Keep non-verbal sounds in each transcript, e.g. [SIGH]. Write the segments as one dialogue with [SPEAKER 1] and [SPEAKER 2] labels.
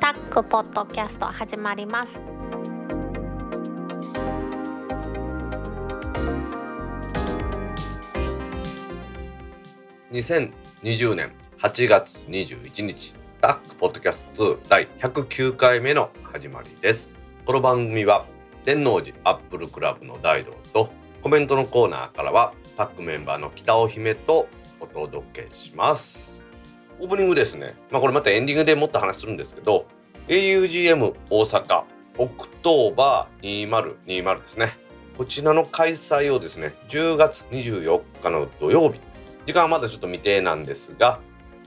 [SPEAKER 1] タックポッドキャスト始まります
[SPEAKER 2] 2020年8月21日ダックポッドキャスト2第109回目の始まりですこの番組は天王寺アップルクラブの大道とコメントのコーナーからはタックメンバーの北尾姫とお届けしますオープニングですねまあこれまたエンディングでもっと話するんですけど augm 大阪オクトーバー2020ですねこちらの開催をですね10月24日の土曜日時間はまだちょっと未定なんですが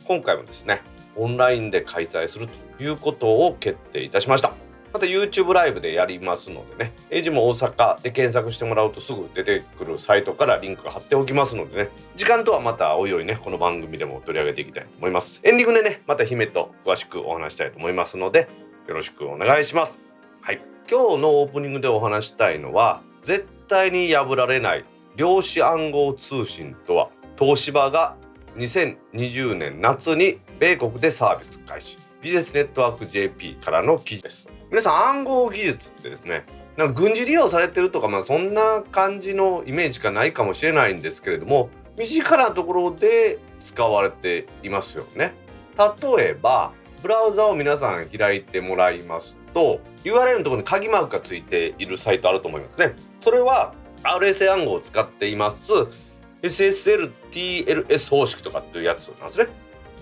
[SPEAKER 2] 今回もですねオンラインで開催するということを決定いたしましたまた YouTube ライブでやりますのでね「エイジも大阪」で検索してもらうとすぐ出てくるサイトからリンクが貼っておきますのでね時間とはまたおいおいねこの番組でも取り上げていきたいと思いますエンディングでねまた姫と詳しくお話したいと思いますのでよろしくお願いしますはい今日のオープニングでお話したいのは絶対に破られない量子暗号通信とは東芝が2020年夏に米国でサービス開始ビジネスネットワーク JP からの記事です皆さん暗号技術ってですねなんか軍事利用されてるとか、まあ、そんな感じのイメージがないかもしれないんですけれども身近なところで使われていますよね例えばブラウザを皆さん開いてもらいますと URL のところに鍵マークがついているサイトあると思いますねそれは RSA 暗号を使っています SSLTLS 方式とかっていうやつなんですね。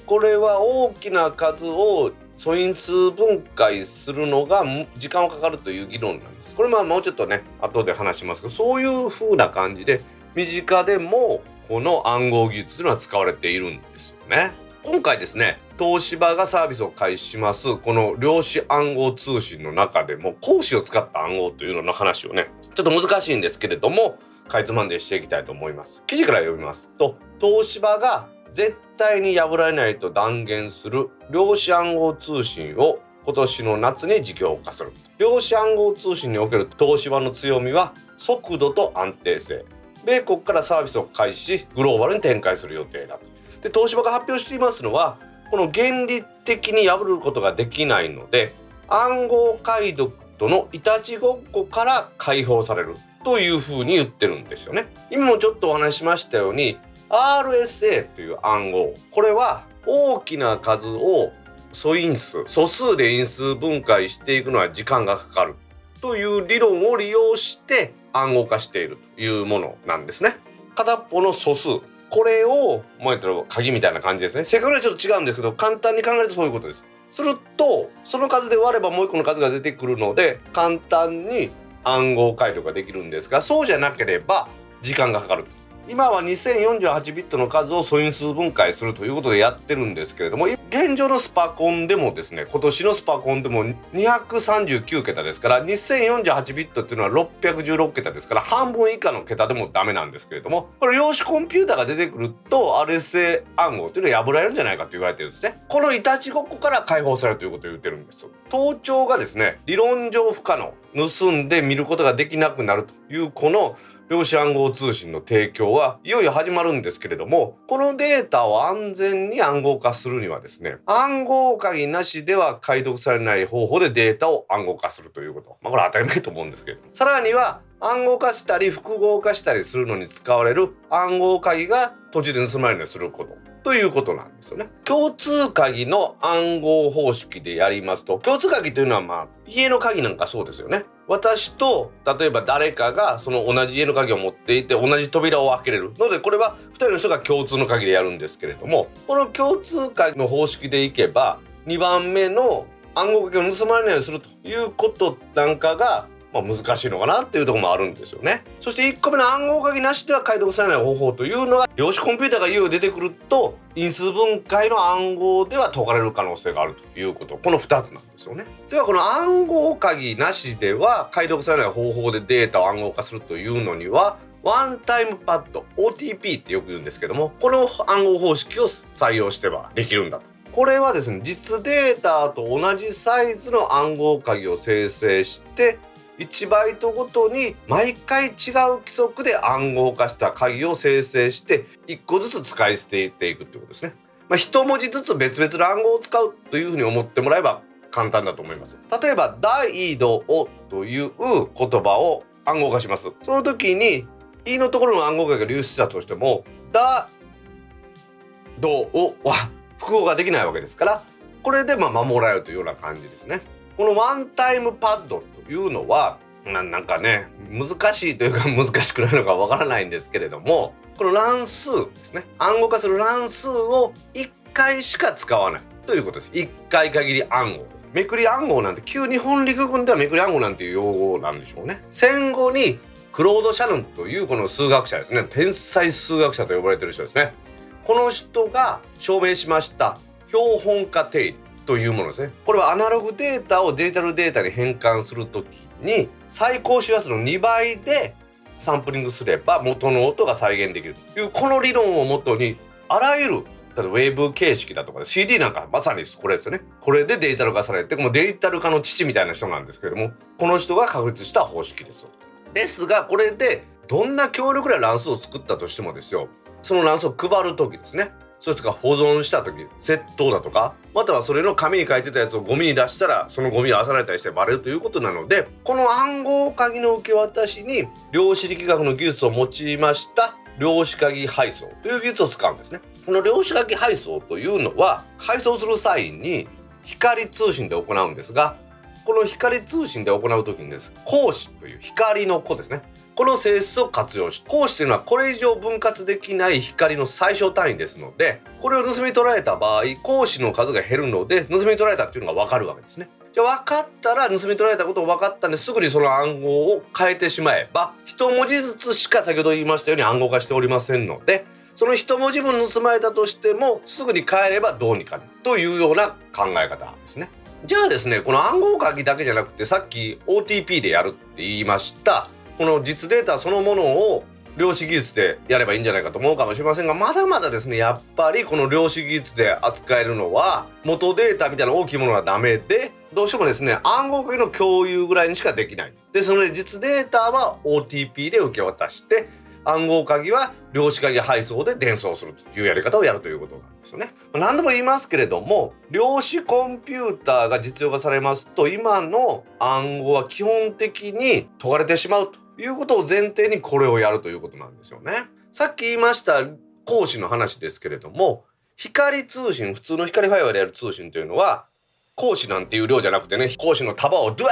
[SPEAKER 2] これは大きな数を素因数分解するのがむ時間をかかるという議論なんです。これまあもうちょっとね後で話しますけどそういう風な感じで身近でもこの暗号技術というのは使われているんですよね。今回ですね東芝がサービスを開始しますこの量子暗号通信の中でも講師を使った暗号というのの話をねちょっと難しいんですけれどもかいつまんでしていきたいと思います記事から読みますと東芝が絶対に破られないと断言する量子暗号通信を今年の夏に事業化する量子暗号通信における東芝の強みは速度と安定性米国からサービスを開始しグローバルに展開する予定だとで東芝が発表していますのはこの原理的に破ることができないので暗号解読とのいたちごっこから解放されるというふうに言ってるんですよね。今もちょっとお話ししましたように RSA という暗号これは大きな数を素因数素数で因数分解していくのは時間がかかるという理論を利用して暗号化しているというものなんですね。片っぽの素数これをまあ言ったら鍵みたいな感じですね。せっかくのはちょっと違うんですけど簡単に考えるとそういうことです。するとその数で割ればもう一個の数が出てくるので簡単に暗号解読ができるんですがそうじゃなければ時間がかかる今は2048ビットの数を素因数分解するということでやってるんですけれども現状のスパコンでもですね今年のスパコンでも239桁ですから2048ビットっていうのは616桁ですから半分以下の桁でもダメなんですけれどもこれ量子コンピューターが出てくると RSA 暗号っていうのは破られるんじゃないかと言われてるんですねこのいたちごっこから解放されるということを言ってるんですよ盗聴がですね理論上不可能盗んで見ることができなくなるというこの量子暗号通信の提供はいよいよ始まるんですけれどもこのデータを安全に暗号化するにはですね暗号鍵なしでは解読されない方法でデータを暗号化するということまあこれは当たり前と思うんですけどさらには暗号化したり複合化したりするのに使われる暗号鍵が途中で盗まれるようにすることということなんですよね。共通鍵の暗号方式でやりますと共通鍵というのはまあ家の鍵なんかそうですよね。私と例えば誰かがその同じ家の鍵を持っていて同じ扉を開けれるのでこれは2人の人が共通の鍵でやるんですけれどもこの共通鍵の方式でいけば2番目の暗号鍵を盗まれないようにするということなんかがまあ、難しいのかなっていうところもあるんですよね。そして1個目の暗号鍵なしでは解読されない方法というのは量子コンピューターが優位出てくると因数分解の暗号では解かれる可能性があるということこの2つなんですよね。ではこの暗号鍵なしでは解読されない方法でデータを暗号化するというのにはワンタイムパッド OTP ってよく言うんですけどもこの暗号方式を採用してはできるんだと。これはですね実データと同じサイズの暗号鍵を生成して1バイトごとに毎回違う規則で暗号化した鍵を生成して1個ずつ使い捨てていくってことですね。まあ、1文字ずつ別々の暗号を使うというふうに思ってもらえば簡単だと思います例えば「大道」という言葉を暗号化しますその時に「い」のところの暗号化が流出したとしても「だ」「ど」は複合ができないわけですからこれでまあ守られるというような感じですねこのワンタイムパッドというのはななんかね難しいというか [LAUGHS] 難しくないのかわからないんですけれどもこの乱数ですね暗号化する乱数を1回しか使わないということです1回限り暗号めくり暗号なんて旧日本陸軍ではめくり暗号なんていう用語なんでしょうね戦後にクロード・シャノンというこの数学者ですね天才数学者と呼ばれてる人ですねこの人が証明しました標本化定理というものですねこれはアナログデータをデジタルデータに変換するときに最高周波数の2倍でサンプリングすれば元の音が再現できるというこの理論をもとにあらゆる例えばウェーブ形式だとか CD なんかまさにこれですよねこれでデジタル化されてもうデジタル化の父みたいな人なんですけれどもこの人が確立した方式ですですがこれでどんな強力な乱数を作ったとしてもですよその乱数を配る時ですねそれとか保存した時窃盗だとかまたはそれの紙に書いてたやつをゴミに出したらそのゴミを漁られたりしてバレるということなのでこの暗号鍵の受け渡しに量子力学の技術を用いました量子鍵配送という技術を使うんですねこの量子鍵配送というのは配送する際に光通信で行うんですがこの光通信で行う時にです光子という光の子ですねこの性質を活用し光子というのはこれ以上分割できない光の最小単位ですのでこれを盗み取られた場合光子の数が減るので盗み取られたっていうのが分かるわけですね。じゃあ分かったら盗み取られたことを分かったんですぐにその暗号を変えてしまえば一文字ずつしか先ほど言いましたように暗号化しておりませんのでその一文字分盗まれたとしてもすぐに変えればどうにかなるというような考え方ですね。じゃあですねこの暗号鍵だけじゃなくてさっき OTP でやるって言いましたこの実データそのものを量子技術でやればいいんじゃないかと思うかもしれませんがまだまだですねやっぱりこの量子技術で扱えるのは元データみたいな大きいものはダメでどうしてもですね暗号鍵の共有ぐらいにしかできないですので実データは OTP で受け渡して暗号鍵は量子鍵配送で伝送するというやり方をやるということなんですよね。何度も言いますけれども量子コンピューターが実用化されますと今の暗号は基本的に解かれてしまうということを前提にこれをやるということなんですよね。さっき言いました講師の話ですけれども光通信普通の光ファイバーでやる通信というのは講師なんていう量じゃなくてね講師の束をドゥワ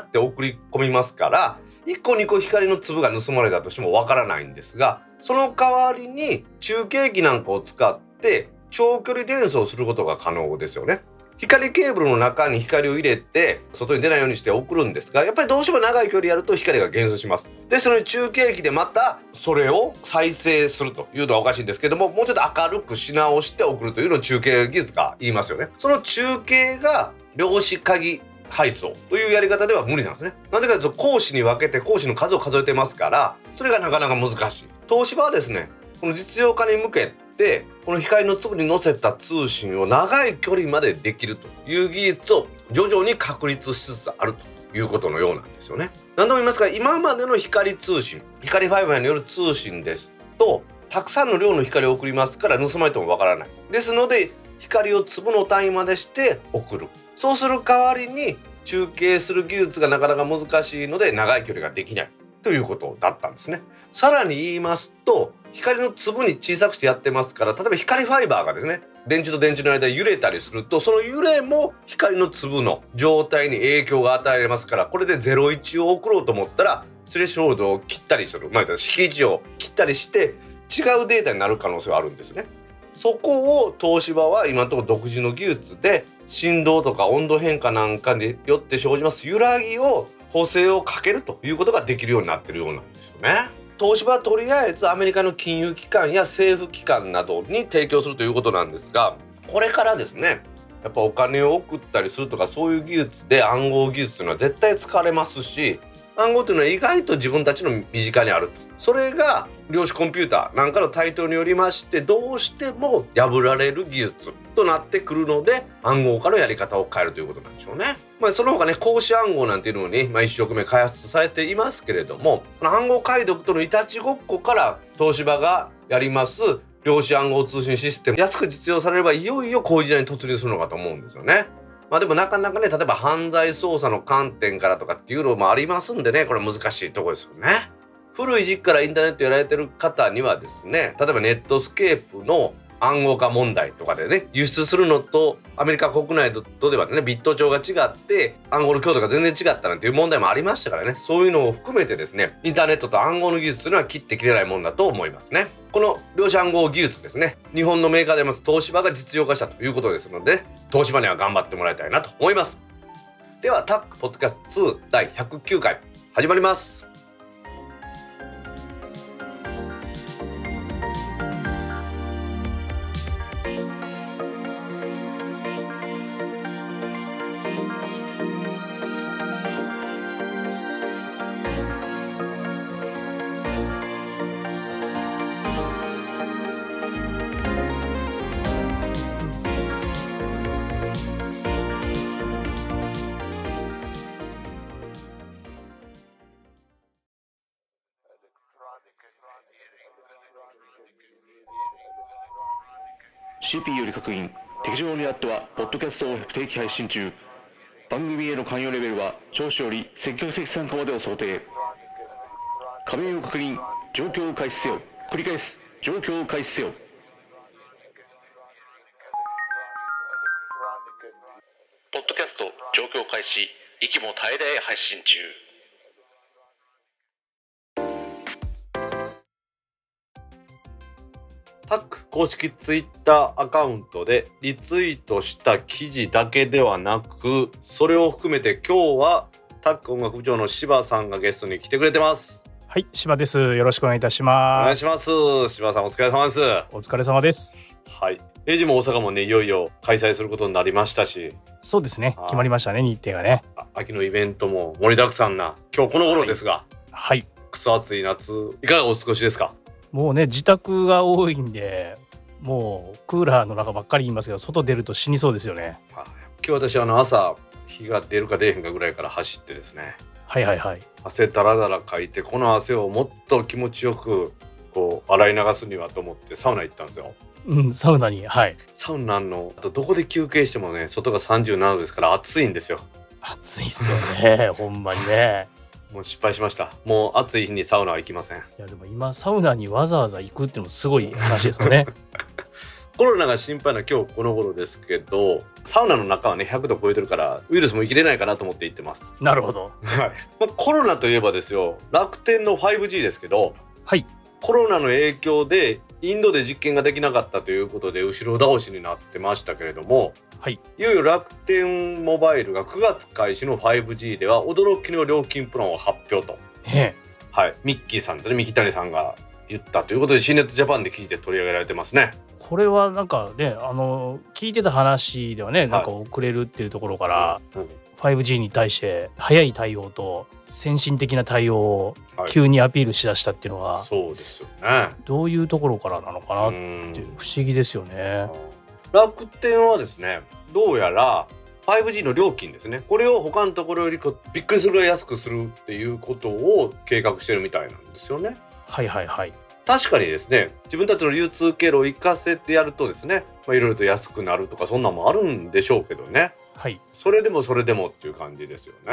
[SPEAKER 2] ーって送り込みますから1個2個光の粒が盗まれたとしてもわからないんですがその代わりに中継機なんかを使って長距離伝送することが可能ですよね。光ケーブルの中に光を入れて外に出ないようにして送るんですがやっぱりどうしても長い距離やると光が減速しますですので中継機でまたそれを再生するというのはおかしいんですけどももうちょっと明るくし直して送るというのを中継技術が言いますよねその中継が量子鍵配送というやり方では無理なんですねなぜかというと講師に分けて講師の数を数えてますからそれがなかなか難しい東芝はですねこの実用化に向けてこの光の粒に乗せた通信を長い距離までできるという技術を徐々に確立しつつあるということのようなんですよね。何度も言いますが今までの光通信光ファイバーによる通信ですとたくさんの量の光を送りますから盗まれてもわからない。ですので光を粒の単位までして送る。そうする代わりに中継する技術がなかなか難しいので長い距離ができないということだったんですね。さらに言いますと光の粒に小さくしてやってますから例えば光ファイバーがですね電柱と電柱の間で揺れたりするとその揺れも光の粒の状態に影響が与えられますからこれで01を送ろうと思ったらスレッシュホールドを切ったりする、まあ、敷地を切ったりして違うデータになる可能性はあるんですね。そこを東芝は今のところ独自の技術で振動とか温度変化なんかによって生じます揺らぎを補正をかけるということができるようになってるようなんですよね。東芝はとりあえずアメリカの金融機関や政府機関などに提供するということなんですがこれからですねやっぱお金を送ったりするとかそういう技術で暗号技術というのは絶対使われますし暗号というのは意外と自分たちの身近にあるとそれが量子コンピューターなんかの台頭によりましてどうしても破られる技術となってくるので暗号化のやり方を変えるということなんでしょうね。まあ、その他ね格子暗号なんていうのに、まあ、一生懸命開発されていますけれどもこの暗号解読とのいたちごっこから東芝がやります量子暗号通信システム安く実用されればいよいよこういう時代に突入するのかと思うんですよね。まあでもなかなかね例えば犯罪捜査の観点からとかっていうのもありますんでねこれ難しいとこですよね。古い時期からインターネットやられてる方にはですね例えばネットスケープの暗号化問題とかでね輸出するのとアメリカ国内とではねビット帳が違って暗号の強度が全然違ったなんていう問題もありましたからねそういうのを含めてですねインターネットと暗号の技術というのは切って切れないもんだと思いますねこの量子暗号技術ですね日本のメーカーであります東芝が実用化したということですので、東芝には頑張ってもらいたいなと思いますではタックポッドキャスト2第109回始まります
[SPEAKER 3] シ CPU より各員敵情にあってはポッドキャストを不定期配信中番組への関与レベルは聴取より積極的参加までを想定加盟を確認状況を開始せよ繰り返す状況を開始せよ
[SPEAKER 4] Chronicle.
[SPEAKER 3] ポッドキャスト状況開始息も絶え絶え配信中
[SPEAKER 2] タック公式ツイッターアカウントでリツイートした記事だけではなくそれを含めて今日はタック音楽部長の柴さんがゲストに来てくれてます
[SPEAKER 5] はい、柴です。よろしくお願いいたし
[SPEAKER 2] お
[SPEAKER 5] ます。
[SPEAKER 2] 願いします柴さんお疲れ様ですは
[SPEAKER 5] お疲れ様です。
[SPEAKER 2] いエイジも大阪もねいよいよ開催することになりましたし
[SPEAKER 5] そうですね
[SPEAKER 2] あー。
[SPEAKER 5] 決まりましたね、日程がね。
[SPEAKER 2] あ秋のイベントも盛りだくさんな今日この頃ですが、
[SPEAKER 5] はい。
[SPEAKER 2] くそ暑い夏いかがお過ごしですか
[SPEAKER 5] もうね、自宅が多いんで、もうクーラーの中ばっかり言いますけど、外出ると死にそうですよね。
[SPEAKER 2] 今日私あの朝日が出るか出えへんかぐらいから走ってですね
[SPEAKER 5] はいはいはい。
[SPEAKER 2] 汗だらだらかいてこの汗をもっと気持ちよくこう洗い流すにはと思ってサウナ行ったんですよ
[SPEAKER 5] うん、サウナに、はい。
[SPEAKER 2] サウナのあとどこで休憩してもね外が37度ですから暑いんですよ
[SPEAKER 5] 暑いっすよ
[SPEAKER 2] [LAUGHS]
[SPEAKER 5] ね。ほんまにね。
[SPEAKER 2] もう失敗しましたもう暑い日にサウナは行きません
[SPEAKER 5] いや、でも今、サウナにわざわざ行くっていうのもすごい話です
[SPEAKER 2] [LAUGHS]
[SPEAKER 5] よね。
[SPEAKER 2] コロナが心配な今日この頃ですけどサウナの中はね100度超えてるからウイルスも生きれないかなと思って行ってます
[SPEAKER 5] なるほど。
[SPEAKER 2] はい、まあ、コロナといえばですよ楽天の 5G ですけど
[SPEAKER 5] はい。
[SPEAKER 2] コロナの影響でインドで実験ができなかったということで後ろ倒しになってましたけれども、
[SPEAKER 5] はい、
[SPEAKER 2] よいよ楽天モバイルが9月開始の 5G では驚きの料金プランを発表と、
[SPEAKER 5] ええ。
[SPEAKER 2] はい、ミッキーさんですね三木谷さんが言ったということで C ネットジャパンで記事で取り上げられてますね。
[SPEAKER 5] これはなんかね、あの、聞いてた話ではね、なんか遅れるっていうところから、
[SPEAKER 2] うん
[SPEAKER 5] 5G に対して早い対応と先進的な対応を
[SPEAKER 2] はい
[SPEAKER 5] 急にアピールしだしたっていうのは
[SPEAKER 2] そうですよね
[SPEAKER 5] どういうところからなのかな
[SPEAKER 2] う
[SPEAKER 5] っ
[SPEAKER 2] ん
[SPEAKER 5] て不思議ですよね。
[SPEAKER 2] 楽天はですねどうやら 5G の料金ですねこれを他のところよりこびっくりするぐらい安くするっていうことを計画してるみたいなんですよね
[SPEAKER 5] はいはいはい。
[SPEAKER 2] 確かにですね自分たちの流通経路を活かせてやるとですねまあいろいろと安くなるとかそんなんもあるんでしょうけどね
[SPEAKER 5] はい。
[SPEAKER 2] それでもそれでもっていう感じですよね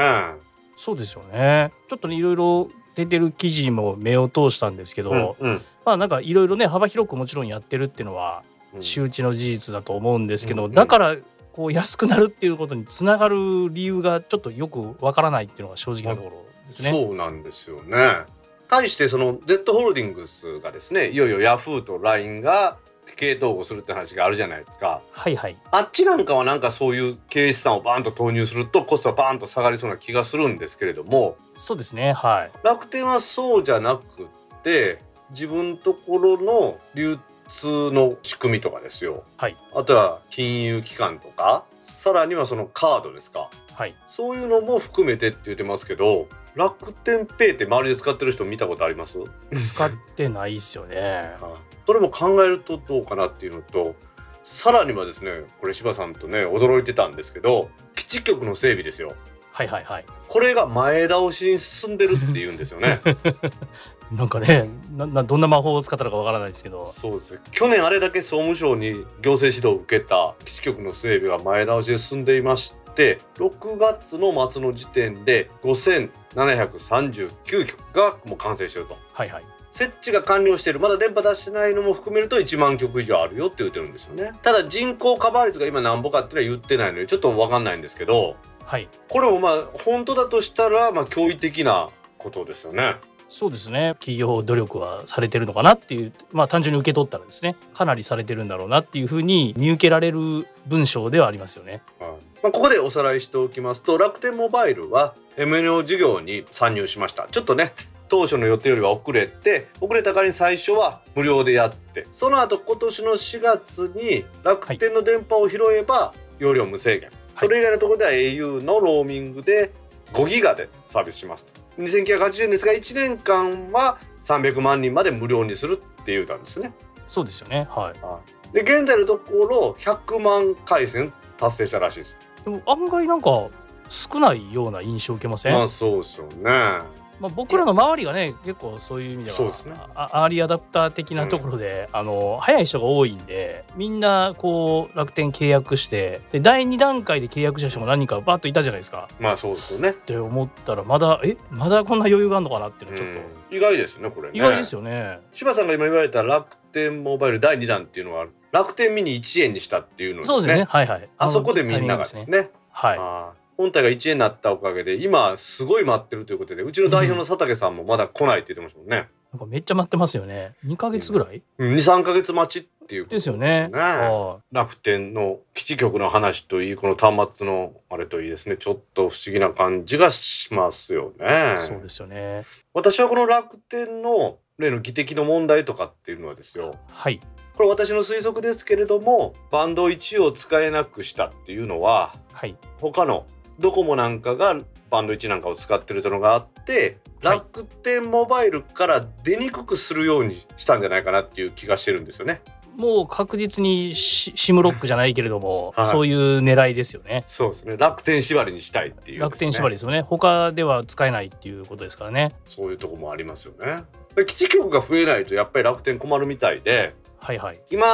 [SPEAKER 5] そうですよね。ちょっとね、いろいろ出てる記事も目を通したんですけど、
[SPEAKER 2] うんうん
[SPEAKER 5] まあなんかいろいろね、幅広くもちろんやってるっていうのは
[SPEAKER 2] うん
[SPEAKER 5] 周知の事実だと思うんですけど、
[SPEAKER 2] うんうん
[SPEAKER 5] だからこう安くなるっていうことにつながる理由がちょっとよくわからないっていうのが正直なところですね。
[SPEAKER 2] そうなんですよね。対してその Z ホールディングスがですねいよいよヤフーと LINE が経営統合するって話があるじゃないですか
[SPEAKER 5] はいはい。
[SPEAKER 2] あっちなんかはなんかそういう経営資産をバーンと投入するとコストがバーンと下がりそうな気がするんですけれども
[SPEAKER 5] そうですね。はい。
[SPEAKER 2] 楽天はそうじゃなくって自分ところの流通の仕組みとかですよ、
[SPEAKER 5] はい
[SPEAKER 2] あとは金融機関とかさらにはそのカードですか
[SPEAKER 5] はい。
[SPEAKER 2] そういうのも含めてって言ってますけど楽天ペイって周りで使ってる人見たことあります
[SPEAKER 5] 使ってないっすよね。
[SPEAKER 2] それも考えるとどうかなっていうのとさらにはですねこれ柴さんとね驚いてたんですけど基地局の整備ですよ
[SPEAKER 5] はいはいはい。
[SPEAKER 2] これが前倒しに進んでるっていうんですよね
[SPEAKER 5] なんかね、ななどんな魔法を使ったのかわからないですけど、
[SPEAKER 2] そうですね去年あれだけ総務省に行政指導を受けた基地局の整備が前倒しで進んでいましてって6月の末の時点で5739曲がもう完成してると
[SPEAKER 5] はいはい
[SPEAKER 2] 設置が完了しているまだ電波出してないのも含めると1万曲以上あるよって言ってるんですよねただ人口カバー率が今なんぼかっていうのは言ってないのでちょっと分かんないんですけど
[SPEAKER 5] はい
[SPEAKER 2] これもまあ本当だとしたらまあ驚異的なことですよね
[SPEAKER 5] そうですね企業努力はされてるのかなっていうまあ単純に受け取ったらですねかなりされてるんだろうなっていうふうに見受けられる文章ではありますよね
[SPEAKER 2] まあ、ここでおさらいしておきますと楽天モバイルは MNO 事業に参入しましたちょっとね当初の予定よりは遅れて遅れた仮に最初は無料でやってその後今年の4月に楽天の電波を拾えば容量無制限、
[SPEAKER 5] はい
[SPEAKER 2] それ以外のところでは au のローミングで5ギガでサービスしますと2980円ですが1年間は300万人まで無料にするって言うたんですね
[SPEAKER 5] そうですよねはい
[SPEAKER 2] で現在のところ100万回線達成したらしいです
[SPEAKER 5] でも案外なんか少ないような印象を受けません、
[SPEAKER 2] まあそうですよね。
[SPEAKER 5] まあ、僕らの周りがね結構そういう意味では
[SPEAKER 2] そうですね
[SPEAKER 5] あアーリーアダプター的なところで、あの早い人が多いんでみんなこう楽天契約してで第2段階で契約した人も何人かバッといたじゃないですか
[SPEAKER 2] まあそうですよね
[SPEAKER 5] っ。て思ったらまだえまだこんな余裕があるのかなっていうのはちょっと、
[SPEAKER 2] うん意外ですねこれね。
[SPEAKER 5] 意外です
[SPEAKER 2] よ。
[SPEAKER 5] よね
[SPEAKER 2] 柴さんが今言われた楽天モバイル第2弾っていうのは楽天ミニ1円にしたっていうの
[SPEAKER 5] そうですねはいはい
[SPEAKER 2] あそこでみんながです
[SPEAKER 5] タイミング
[SPEAKER 2] ね。
[SPEAKER 5] はい
[SPEAKER 2] あー本体が1円になったおかげで今すごい待ってるということでうちの代表の佐竹さんもまだ来ないって言ってましたもんね。
[SPEAKER 5] なんかめっちゃ待ってますよね2ヶ月ぐらい、
[SPEAKER 2] うん23か月待ちっていうこと
[SPEAKER 5] ですよね
[SPEAKER 2] です
[SPEAKER 5] は
[SPEAKER 2] 楽天の基地局の話といいこの端末のあれといいですねちょっと不思議な感じがしますよね
[SPEAKER 5] い。そうですよね
[SPEAKER 2] 私はこの楽天の例の技的の問題とかっていうのはですよ
[SPEAKER 5] はい
[SPEAKER 2] これ私の推測ですけれどもバンド1を使えなくしたっていうのは
[SPEAKER 5] はい
[SPEAKER 2] 他のドコモなんかがバンド1なんかを使ってるというのがあって
[SPEAKER 5] はい
[SPEAKER 2] 楽天モバイルから出にくくするようにしたんじゃないかなっていう気がしてるんですよね。
[SPEAKER 5] もう確実にシシムロックじゃないけれども、
[SPEAKER 2] はい
[SPEAKER 5] そういう狙いですよね
[SPEAKER 2] そうですね楽天縛りにしたいっていうですね、
[SPEAKER 5] 楽天縛りですよね他では使えないっていうことですからね
[SPEAKER 2] そういうとこもありますよね。で基地局が増えないとやっぱり楽天困るみたいで
[SPEAKER 5] はいはい
[SPEAKER 2] 今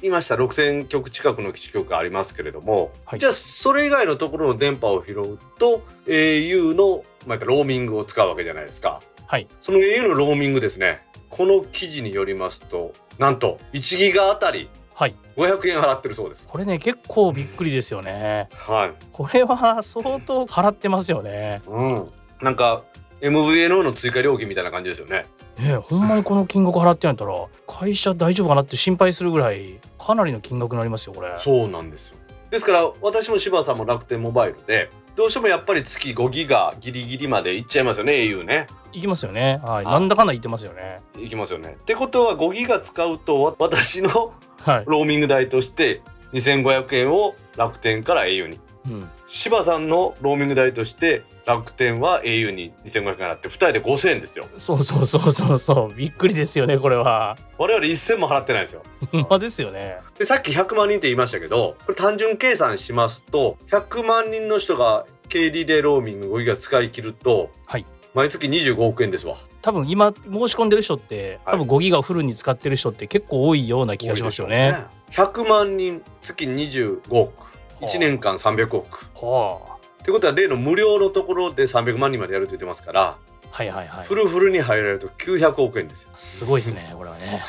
[SPEAKER 2] 言いました6,000局近くの基地局がありますけれども、
[SPEAKER 5] はい
[SPEAKER 2] じゃあそれ以外のところの電波を拾うと au の、まあ、ローミングを使うわけじゃないですか
[SPEAKER 5] はい
[SPEAKER 2] その au のローミングですねこの記事によりますとなんと1ギガあたり
[SPEAKER 5] はい
[SPEAKER 2] 500円払ってるそうです
[SPEAKER 5] これね結構びっくりですよね
[SPEAKER 2] はい、
[SPEAKER 5] これは相当払ってますよね
[SPEAKER 2] うん、なんか MVNO の追加料金みたいな感じですよね
[SPEAKER 5] ねえほんまにこの金額払ってないんだったら会社大丈夫かなって心配するぐらいかなりの金額になりますよこれ
[SPEAKER 2] そうなんですよですから私も柴さんも楽天モバイルでどうしてもやっぱり月5ギガギリギリまでいっちゃいますよね au ね
[SPEAKER 5] いきますよねはい
[SPEAKER 2] あ
[SPEAKER 5] なんだかんだ言ってますよね
[SPEAKER 2] いきますよね。ってことは5ギガ使うとわ私の [LAUGHS]
[SPEAKER 5] はい、
[SPEAKER 2] ローミング代として2500円を楽天から au に
[SPEAKER 5] うん、
[SPEAKER 2] 柴さんのローミング代として楽天は au に2500円払って2人で5000円ですよ
[SPEAKER 5] そうそうそうそうそうびっくりですよねこ
[SPEAKER 2] [LAUGHS]
[SPEAKER 5] れは
[SPEAKER 2] 我々1000も払ってないですよ
[SPEAKER 5] ほんまですよね
[SPEAKER 2] でさっき100万人って言いましたけどこれ単純計算しますと100万人の人が KD でローミング5ギガ使い切ると、
[SPEAKER 5] はい
[SPEAKER 2] 毎月25億円ですわ
[SPEAKER 5] 多分今申し込んでる人って
[SPEAKER 2] はい
[SPEAKER 5] 多分5ギガをフルに使ってる人って結構多いような気がしますよね。
[SPEAKER 2] 100万人月25億
[SPEAKER 5] あ
[SPEAKER 2] 1年間300億
[SPEAKER 5] は
[SPEAKER 2] ってことは例の無料のところで300万人までやると言ってますから、
[SPEAKER 5] あ、はいはいはい
[SPEAKER 2] フ。ルフルに入られると900億円ですよ
[SPEAKER 5] すごいですねこれ
[SPEAKER 2] [LAUGHS]
[SPEAKER 5] はね。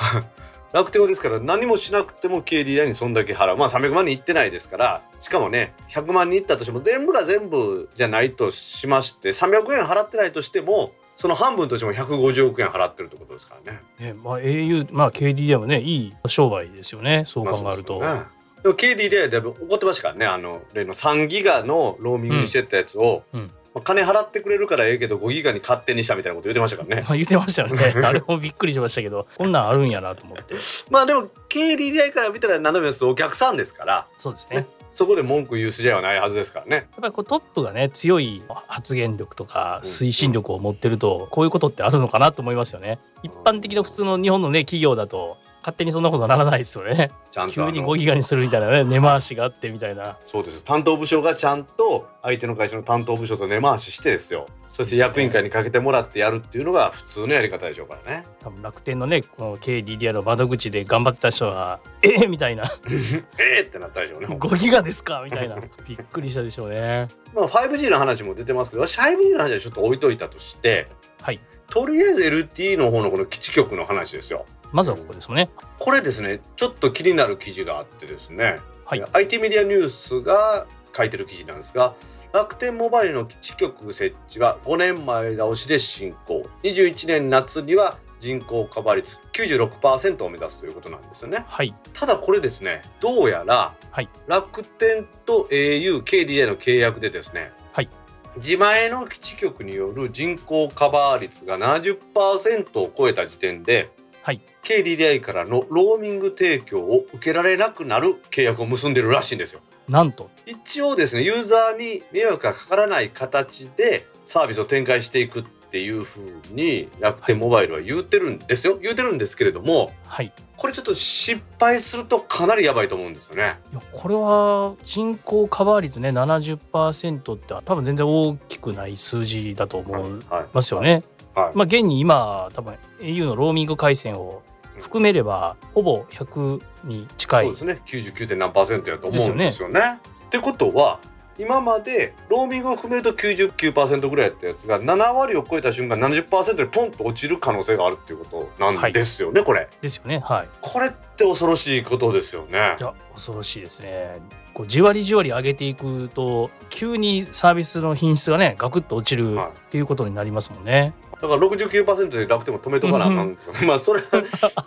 [SPEAKER 2] 楽天はですから何もしなくても KDDI にそんだけ払うまあ300万人いってないですからしかもね100万人いったとしても全部が全部じゃないとしまして300円払ってないとしてもその半分としても150億円払ってるってことですからね。
[SPEAKER 5] ねまあ au まあ KDDI もねいい商売ですよねそう考えると。
[SPEAKER 2] まあそうですよねでも KDDI で怒ってましたからねあの例の3ギガのローミングにしてたやつを、
[SPEAKER 5] うんうん
[SPEAKER 2] まあ金払ってくれるからええけど5ギガに勝手にしたみたいなこと言ってましたからね。
[SPEAKER 5] [LAUGHS] まあ言ってましたよね
[SPEAKER 2] [LAUGHS]
[SPEAKER 5] あれもびっくりしましたけどこんなんあるんやなと思って
[SPEAKER 2] まあでも KDDI から見たら斜めですとお客さんですから
[SPEAKER 5] そうですねやっ
[SPEAKER 2] そこで文句言う筋合いはないはずですからね
[SPEAKER 5] ぱりこうトップがね強い発言力とか推進力を持ってるとこういうことってあるのかなと思いますよね一般的な普通の日本のね企業だと勝手にそんなことならないですよね。
[SPEAKER 2] ちゃんと
[SPEAKER 5] 急
[SPEAKER 2] あ
[SPEAKER 5] に
[SPEAKER 2] の
[SPEAKER 5] 5ギガにするみたいなね、根回しがあってみたいな。
[SPEAKER 2] そうです担当部署がちゃんと相手の会社の担当部署と根回ししてですよそして役員会にかけてもらってやるっていうのが普通のやり方でしょうからね
[SPEAKER 5] 多分楽天のね、この KDDI の窓口で頑張ってた人が、 [LAUGHS] えー、みたいな、
[SPEAKER 2] えーってなったでしょうねほんと
[SPEAKER 5] 5ギガですかみた
[SPEAKER 2] [LAUGHS]
[SPEAKER 5] いな、びっくりしたでしょうね。
[SPEAKER 2] まあ 5G の話も出てますけど私 5G の話はちょっと置いといたとして
[SPEAKER 5] はい。
[SPEAKER 2] とりあえず LTE の方のこの基地局の話ですよ
[SPEAKER 5] まずはここですもんね。
[SPEAKER 2] これですねちょっと気になる記事があってですね、
[SPEAKER 5] はい。
[SPEAKER 2] IT メディアニュースが書いてる記事なんですが楽天モバイルの基地局設置が5年前倒しで進行21年夏には人口カバー率96%を目指すということなんですよね
[SPEAKER 5] はい。
[SPEAKER 2] ただこれですねどうやら、
[SPEAKER 5] はい
[SPEAKER 2] 楽天と auKDA の契約でですね、
[SPEAKER 5] はい
[SPEAKER 2] 自前の基地局による人口カバー率が70%を超えた時点で、
[SPEAKER 5] はい
[SPEAKER 2] KDDI からのローミング提供を受けられなくなる契約を結んでるらしいんですよ。
[SPEAKER 5] なんと、
[SPEAKER 2] 一応ですねユーザーに迷惑がかからない形でサービスを展開していくっていうふうに楽天モバイルは言ってるんですよ、言ってるんですけれども、
[SPEAKER 5] はい。
[SPEAKER 2] これちょっと失敗するとかなりやばいと思うんですよね。
[SPEAKER 5] いやこれは人口カバー率ね70%って多分全然大きくない数字だと思い
[SPEAKER 2] はい
[SPEAKER 5] ますよね。
[SPEAKER 2] はい
[SPEAKER 5] まあ、現に今多分 au のローミング回線を含めればほぼ100に近
[SPEAKER 2] そ
[SPEAKER 5] いう
[SPEAKER 2] ですね99点何パーセントやと思うんですよね。ってことは今までローミングを含めると99%ぐらいやったやつが7割を超えた瞬間70%にポンと落ちる可能性があるっていうことなんですよね、これ。
[SPEAKER 5] ですよね。はい、
[SPEAKER 2] これって恐ろしいことですよね
[SPEAKER 5] い。や恐ろしいですね。こうじわりじわり上げていくと急にサービスの品質がねガクッと落ちる
[SPEAKER 2] はい
[SPEAKER 5] っていうことになりますもんね。
[SPEAKER 2] だから69%で楽天も止めとかなあか
[SPEAKER 5] うん
[SPEAKER 2] [LAUGHS] まあそれは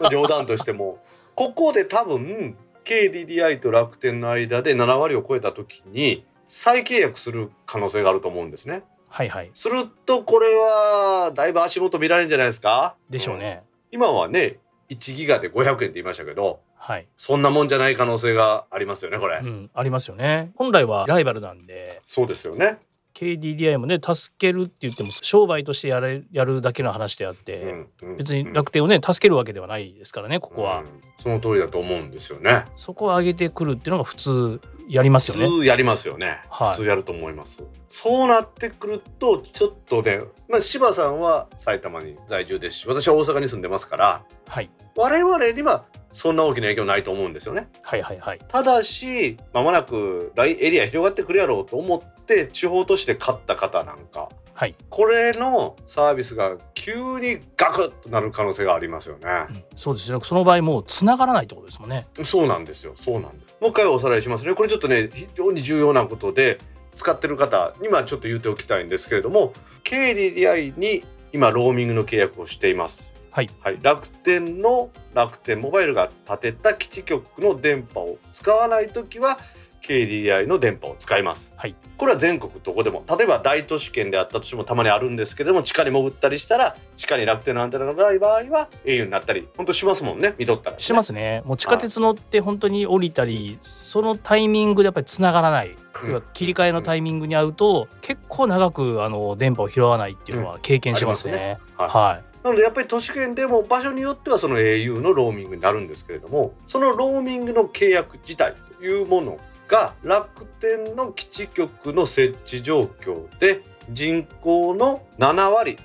[SPEAKER 2] 冗談としてもここで多分 KDDI と楽天の間で7割を超えた時に再契約する可能性があると思うんですね
[SPEAKER 5] はい、はい、
[SPEAKER 2] するとこれはだいぶ足元見られるんじゃないですか
[SPEAKER 5] でしょうね。
[SPEAKER 2] 今はね1ギガで500円って言いましたけど
[SPEAKER 5] はい
[SPEAKER 2] そんなもんじゃない可能性がありますよねこれ、
[SPEAKER 5] うん、ありますよね。本来はライバルなんで
[SPEAKER 2] そうですよね、
[SPEAKER 5] KDDI もね助けるって言っても商売としてやれやるだけの話であって、
[SPEAKER 2] うんうん
[SPEAKER 5] 別に楽天をね助けるわけではないですからねここは、
[SPEAKER 2] うんその通りだと思うんですよね
[SPEAKER 5] そこを上げてくるっていうのが普通やりますよね
[SPEAKER 2] 普通やりますよね、
[SPEAKER 5] はい
[SPEAKER 2] 普通やると思いますそうなってくるとちょっとね、まあ、柴さんは埼玉に在住ですし私は大阪に住んでますから
[SPEAKER 5] はい
[SPEAKER 2] 我々にはそんな大きな影響ないと思うんですよね
[SPEAKER 5] はいはいはい
[SPEAKER 2] ただしまもなく来エリア広がってくるやろうと思って地方都市で買った方なんか
[SPEAKER 5] はい、
[SPEAKER 2] これのサービスが急にガクッとなる可能性がありますよね、
[SPEAKER 5] うんそうですねその場合もう繋がらないってことですもんね
[SPEAKER 2] そうなんですよ。そうなんです。もう一回おさらいしますね。これちょっとね、非常に重要なことで、使ってる方にはちょっと言っておきたいんですけれども、KDDI に今、ローミングの契約をしています。
[SPEAKER 5] はい、
[SPEAKER 2] 楽天の楽天モバイルが立てた基地局の電波を使わないときは、KDDI の電波を使います、
[SPEAKER 5] はい、
[SPEAKER 2] これは全国どこでも例えば大都市圏であったとしてもたまにあるんですけれども地下に潜ったりしたら地下に楽天のアンテナがない場合は au になったり本当しますもんね見とったら、ね、
[SPEAKER 5] してますねもう地下鉄乗って本当に降りたりそのタイミングでやっぱり繋がらない
[SPEAKER 2] うん
[SPEAKER 5] 要は切り替えのタイミングに合うと結構長くあの電波を拾わないっていうのは経験してます
[SPEAKER 2] うんあり
[SPEAKER 5] ね,、
[SPEAKER 2] はい
[SPEAKER 5] はい
[SPEAKER 2] なのでやっぱり都市圏でも場所によってはその au のローミングになるんですけれどもそのローミングの契約自体というものが楽天の基地局の設置状況で人口の7割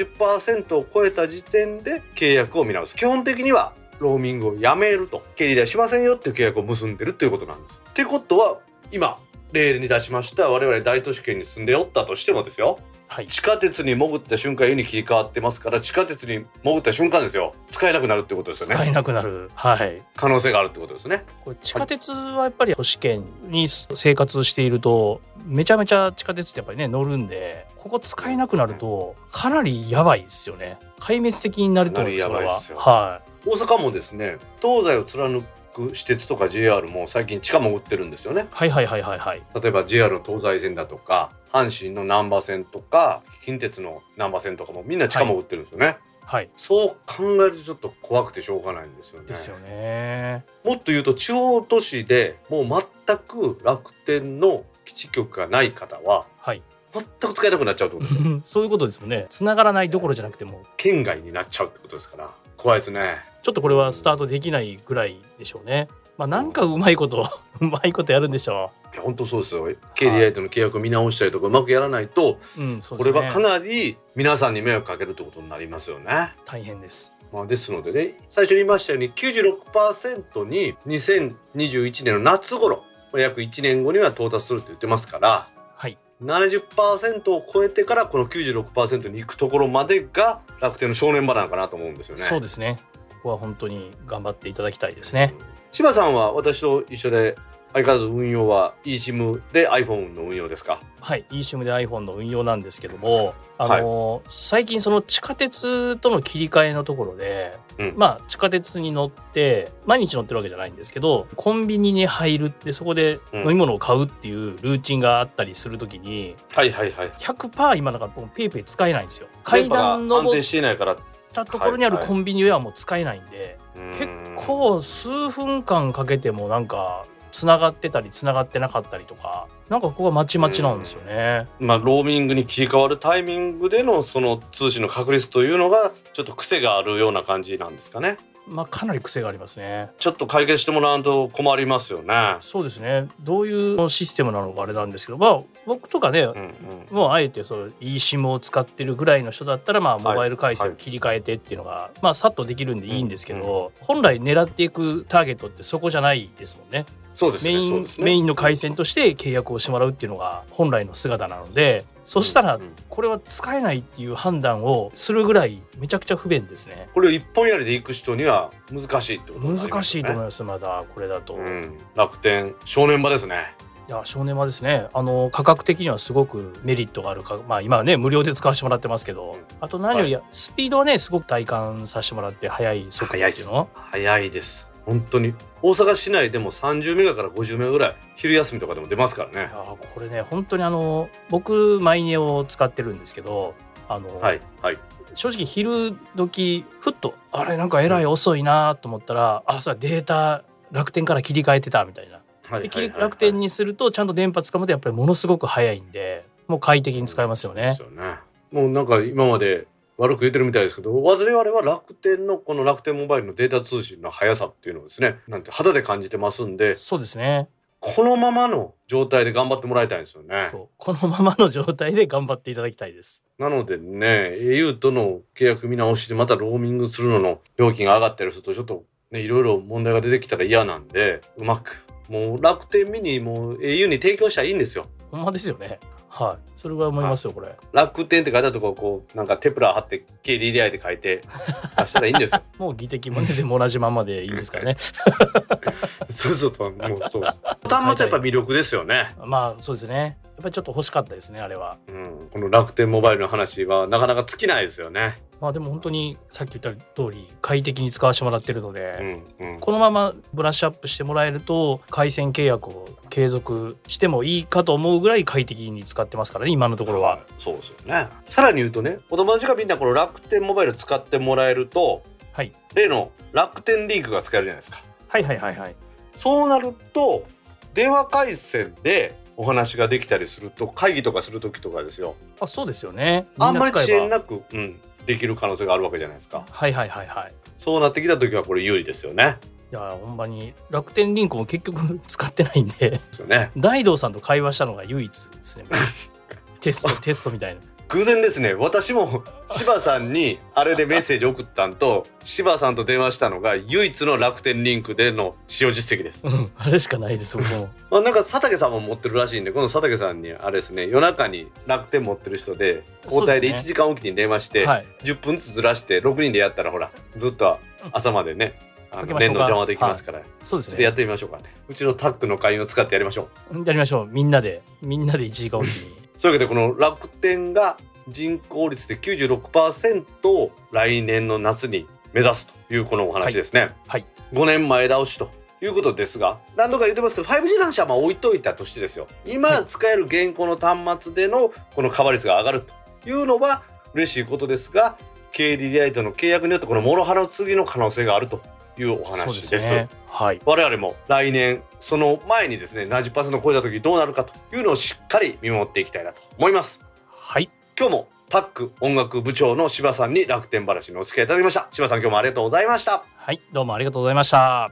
[SPEAKER 2] 70%を超えた時点で契約を見直す基本的にはローミングをやめると経理はしませんよっていう契約を結んでるということなんです。ってことは今例に出しました我々大都市圏に住んでおったとしてもですよ
[SPEAKER 5] はい
[SPEAKER 2] 地下鉄に潜った瞬間湯に切り替わってますから地下鉄に潜った瞬間ですよ使えなくなるってことですよ
[SPEAKER 5] 使え
[SPEAKER 2] ね
[SPEAKER 5] なくなるはい
[SPEAKER 2] 可能性があるってことですね
[SPEAKER 5] これ地下鉄はやっぱり都市圏に生活しているとめちゃめちゃ地下鉄ってやっぱりね乗るんでここ使えなくなるとかなりやばいですよね壊滅的になると思います
[SPEAKER 2] か
[SPEAKER 5] そ
[SPEAKER 2] なりやば
[SPEAKER 5] れ
[SPEAKER 2] い
[SPEAKER 5] は
[SPEAKER 2] っすよ
[SPEAKER 5] はい
[SPEAKER 2] 大阪もですね東西を貫く私鉄とか JR も最近地下潜ってるんですよね
[SPEAKER 5] はいはいはいはいはい
[SPEAKER 2] 例えば JR の東西線だとか阪神の難波線とか近鉄の難波線とかもみんな地下潜ってるんですよね、
[SPEAKER 5] はい
[SPEAKER 2] そう考えるとちょっと怖くてしょうがないんですよね
[SPEAKER 5] ですよね
[SPEAKER 2] もっと言うと地方都市でもう全く楽天の基地局がない方は
[SPEAKER 5] はい
[SPEAKER 2] 全く使えなくなっちゃうってことですよ
[SPEAKER 5] そういうことですもんね繋がらないどころじゃなくても
[SPEAKER 2] 県外になっちゃうってことですから怖いですね
[SPEAKER 5] ちょっとこれはスタートできないぐらいでしょうねまあなんかうまいこと [LAUGHS] うまいことやるんでしょ
[SPEAKER 2] いや本当そうですよ KDI との契約を見直したりとかうまくやらないと、
[SPEAKER 5] う、うんそう
[SPEAKER 2] こ
[SPEAKER 5] で
[SPEAKER 2] れ
[SPEAKER 5] すね、
[SPEAKER 2] はかなり皆さんに迷惑かけるってことになりますよね。
[SPEAKER 5] 大変です
[SPEAKER 2] まあ、ですのでね最初に言いましたように96%に2021年の夏頃約1年後には到達するって言ってますから
[SPEAKER 5] はい
[SPEAKER 2] 70%を超えてからこの96%に行くところまでが楽天の正念場なのかなと思うんですよね。
[SPEAKER 5] そうですねここは本当に頑張っていただきたいですね
[SPEAKER 2] 柴さんは私と一緒で相変わらず運用は eSIM で iPhone の運用ですか
[SPEAKER 5] はい eSIM で iPhone の運用なんですけどもあの、最近その地下鉄との切り替えのところで、
[SPEAKER 2] うん
[SPEAKER 5] まあ地下鉄に乗って毎日乗ってるわけじゃないんですけどコンビニに入るってそこで
[SPEAKER 2] うん
[SPEAKER 5] 飲み物を買うっていうルーチンがあったりするときに
[SPEAKER 2] はいはいはい
[SPEAKER 5] 100%今なんかもうペイペイ使えないんですよ階段
[SPEAKER 2] 電波が安
[SPEAKER 5] 登
[SPEAKER 2] 定
[SPEAKER 5] っ
[SPEAKER 2] していないから
[SPEAKER 5] たところにある
[SPEAKER 2] はいはい
[SPEAKER 5] コンビニではもう使えないんで結構数分間かけてもなんか繋がってたり繋がってなかったりとかなんかここがまちまちなんですよね。
[SPEAKER 2] まあ、ローミングに切り替わるタイミングでのその通信の確率というのがちょっと癖があるような感じなんですかね
[SPEAKER 5] まあ、かなり癖がありますね。
[SPEAKER 2] ちょっと解決してもらわんと困りますよね。
[SPEAKER 5] そうですね。どういうシステムなのかあれなんですけど、まあ、僕とかね、
[SPEAKER 2] うんうん、
[SPEAKER 5] もうあえてその eSIM を使ってるぐらいの人だったら、まあ、モバイル回線を切り替えてっていうのが、まあ、さっとできるんでいいんですけど、本来狙っていくターゲットってそこじゃないですもんね。
[SPEAKER 2] そうです
[SPEAKER 5] メ
[SPEAKER 2] ね
[SPEAKER 5] イ
[SPEAKER 2] そう
[SPEAKER 5] ン、
[SPEAKER 2] ですね
[SPEAKER 5] メインの回線として契約をしてもらうっていうのが本来の姿なので、そしたら
[SPEAKER 2] うんうん、
[SPEAKER 5] これは使えないっていう判断をするぐらい、めちゃくちゃ不便ですね。
[SPEAKER 2] これを一本やりで行く人には難しいってことになり
[SPEAKER 5] 難
[SPEAKER 2] ます
[SPEAKER 5] し
[SPEAKER 2] よ
[SPEAKER 5] い
[SPEAKER 2] ね
[SPEAKER 5] と思います、まだ、これだと。
[SPEAKER 2] うん、楽天正念場ですね。
[SPEAKER 5] いや少年はですねあの価格的にはすごくメリットがあるか、まあ、今はね無料で使わせてもらってますけどあと何より、スピードはねすごく体感させてもらって速い速度っていうの
[SPEAKER 2] 早いです本当に大阪市内でも30メガから50メガぐらい昼休みとかでも出ますから
[SPEAKER 5] い
[SPEAKER 2] ね。
[SPEAKER 5] やこれね本当にあの僕マイネを使ってるんですけどあの、
[SPEAKER 2] はいはい。
[SPEAKER 5] 正直昼時ふっとあれなんかえらい遅いなと思ったらあそれはデータ楽天から切り替えてたみたいな
[SPEAKER 2] は
[SPEAKER 5] で
[SPEAKER 2] い
[SPEAKER 5] 切り楽天にするとちゃんと電波つかむとやっぱりものすごく速いんでもう快適に使えますよね
[SPEAKER 2] そ。うですよねもうなんか今まで悪く言ってるみたいですけど我々は楽天のこの楽天モバイルのデータ通信の速さっていうのをですねなんて肌で感じてますんで
[SPEAKER 5] そうですね
[SPEAKER 2] このままの状態で頑張ってもらいたいんですよね
[SPEAKER 5] そうこのままの状態で頑張っていただきたいです。
[SPEAKER 2] なのでね au との契約見直しでまたローミングするのの料金が上がったりするとちょっとねいろいろ問題が出てきたら嫌なんでうまくもう楽天ミニもう au に提供したらいいんですよ
[SPEAKER 5] ほんまですよね。はい、それぐらい思いますよ、これ。
[SPEAKER 2] 楽天って書いたとここうなんかテプラ貼って KDDI って書い [LAUGHS] て出したらいいんですよ
[SPEAKER 5] もう技的もね、全部同じままでいいですか
[SPEAKER 2] [LAUGHS]
[SPEAKER 5] らね。
[SPEAKER 2] そうそうそう、もうそう。端末やっぱ魅力ですよね。
[SPEAKER 5] まあ、そうですね。やっぱりちょっと欲しかったですね、あれは。
[SPEAKER 2] うん、この楽天モバイルの話はなかなか尽きないですよね。
[SPEAKER 5] まあ、でも本当にさっき言った通り、快適に使わせてもらってるの
[SPEAKER 2] う
[SPEAKER 5] で、
[SPEAKER 2] ん、うん。
[SPEAKER 5] このままブラッシュアップしてもらえると、回線契約を継続してもいいかと思うぐらい快適に使ってますからね、今のところは。
[SPEAKER 2] そうですよね。さらに言うとね、お友達がみんなこの楽天モバイル使ってもらえると、
[SPEAKER 5] はい。
[SPEAKER 2] 例の楽天リークが使えるじゃないですか。
[SPEAKER 5] はいはいはいはい。
[SPEAKER 2] そうなると電話回線でお話ができたりすると会議とかする時とかですよ。
[SPEAKER 5] あ、そうですよね。
[SPEAKER 2] あんまり
[SPEAKER 5] みな
[SPEAKER 2] 遅
[SPEAKER 5] 使えば
[SPEAKER 2] 延なく、うん、できる可能性があるわけじゃないですか。
[SPEAKER 5] はいはいはいはい。
[SPEAKER 2] そうなってきた時はこれ有利ですよね。
[SPEAKER 5] いやーほんまに楽天リンクも結局使ってないんで [LAUGHS]
[SPEAKER 2] ですよね。
[SPEAKER 5] 大道さんと会話したのが唯一ですね [LAUGHS] もうテ
[SPEAKER 2] [LAUGHS]
[SPEAKER 5] ストテストみたいな
[SPEAKER 2] 偶然ですね私
[SPEAKER 5] [LAUGHS]
[SPEAKER 2] も柴さんにあれでメッセージ送ったんと柴さんと電話したのが唯一の楽天リンクでの使用実績です、
[SPEAKER 5] うんあれしかないです僕
[SPEAKER 2] [LAUGHS]
[SPEAKER 5] も
[SPEAKER 2] まあ、なんか佐竹さんも持ってるらしいんでこの佐竹さんにあれですね夜中に楽天持ってる人で交代で
[SPEAKER 5] そ
[SPEAKER 2] 1
[SPEAKER 5] うですね
[SPEAKER 2] 時間おきに電話して、
[SPEAKER 5] はい
[SPEAKER 2] 10分ずつずらして6人でやったらほらずっと朝までねあ
[SPEAKER 5] かけ
[SPEAKER 2] の
[SPEAKER 5] ましょ
[SPEAKER 2] 念
[SPEAKER 5] う
[SPEAKER 2] の
[SPEAKER 5] か
[SPEAKER 2] 邪魔できますから、
[SPEAKER 5] そうで
[SPEAKER 2] ちょ
[SPEAKER 5] す
[SPEAKER 2] っとやっ
[SPEAKER 5] ね
[SPEAKER 2] てみましょうかねうちのタックの会員を使ってやりましょう
[SPEAKER 5] やりましょうみんなでみんなで1時間おきに
[SPEAKER 2] そういうわけでこの楽天が人口率で96%を来年の夏に目指すというこのお話ですね。
[SPEAKER 5] はい
[SPEAKER 2] 5年前倒しということですが何度か言ってますけど 5G の話はまあ置いといたとしてですよ今使える現行の端末でのこのカバー率が上がるというのは嬉しいことですが KDDI との契約によってこの諸刃の次の可能性があると [LAUGHS] いうお話です。
[SPEAKER 5] ねはい
[SPEAKER 2] 我々も来年その前にですね70%超えた時どうなるかというのをしっかり見守っていきたいなと思います
[SPEAKER 5] はい
[SPEAKER 2] 今日もタック音楽部長の柴さんに楽天話にお付き合いいただきました柴さん今日もありがとうございました
[SPEAKER 5] はいどうもありがとうございました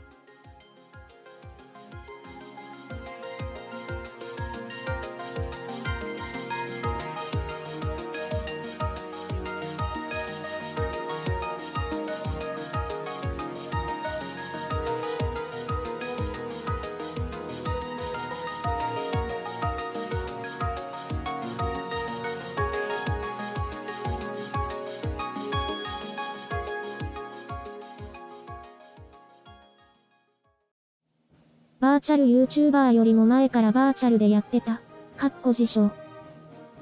[SPEAKER 4] バーチャル YouTuber よりも前からバーチャルでやってた。かっこ辞書。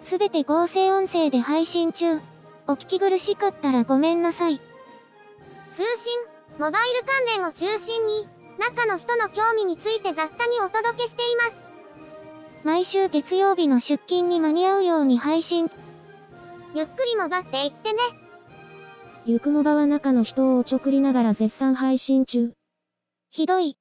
[SPEAKER 6] すべて合成音声で配信中。お聞き苦しかったらごめんなさい。通信、モバイル関連を中心に、中の人の興味について雑多にお届けしています。
[SPEAKER 4] 毎週月曜日の出勤に間に合うように配信。
[SPEAKER 6] ゆっくりもばっていってね。
[SPEAKER 4] ゆくもばは中の人をおちょくりながら絶賛配信中。ひどい。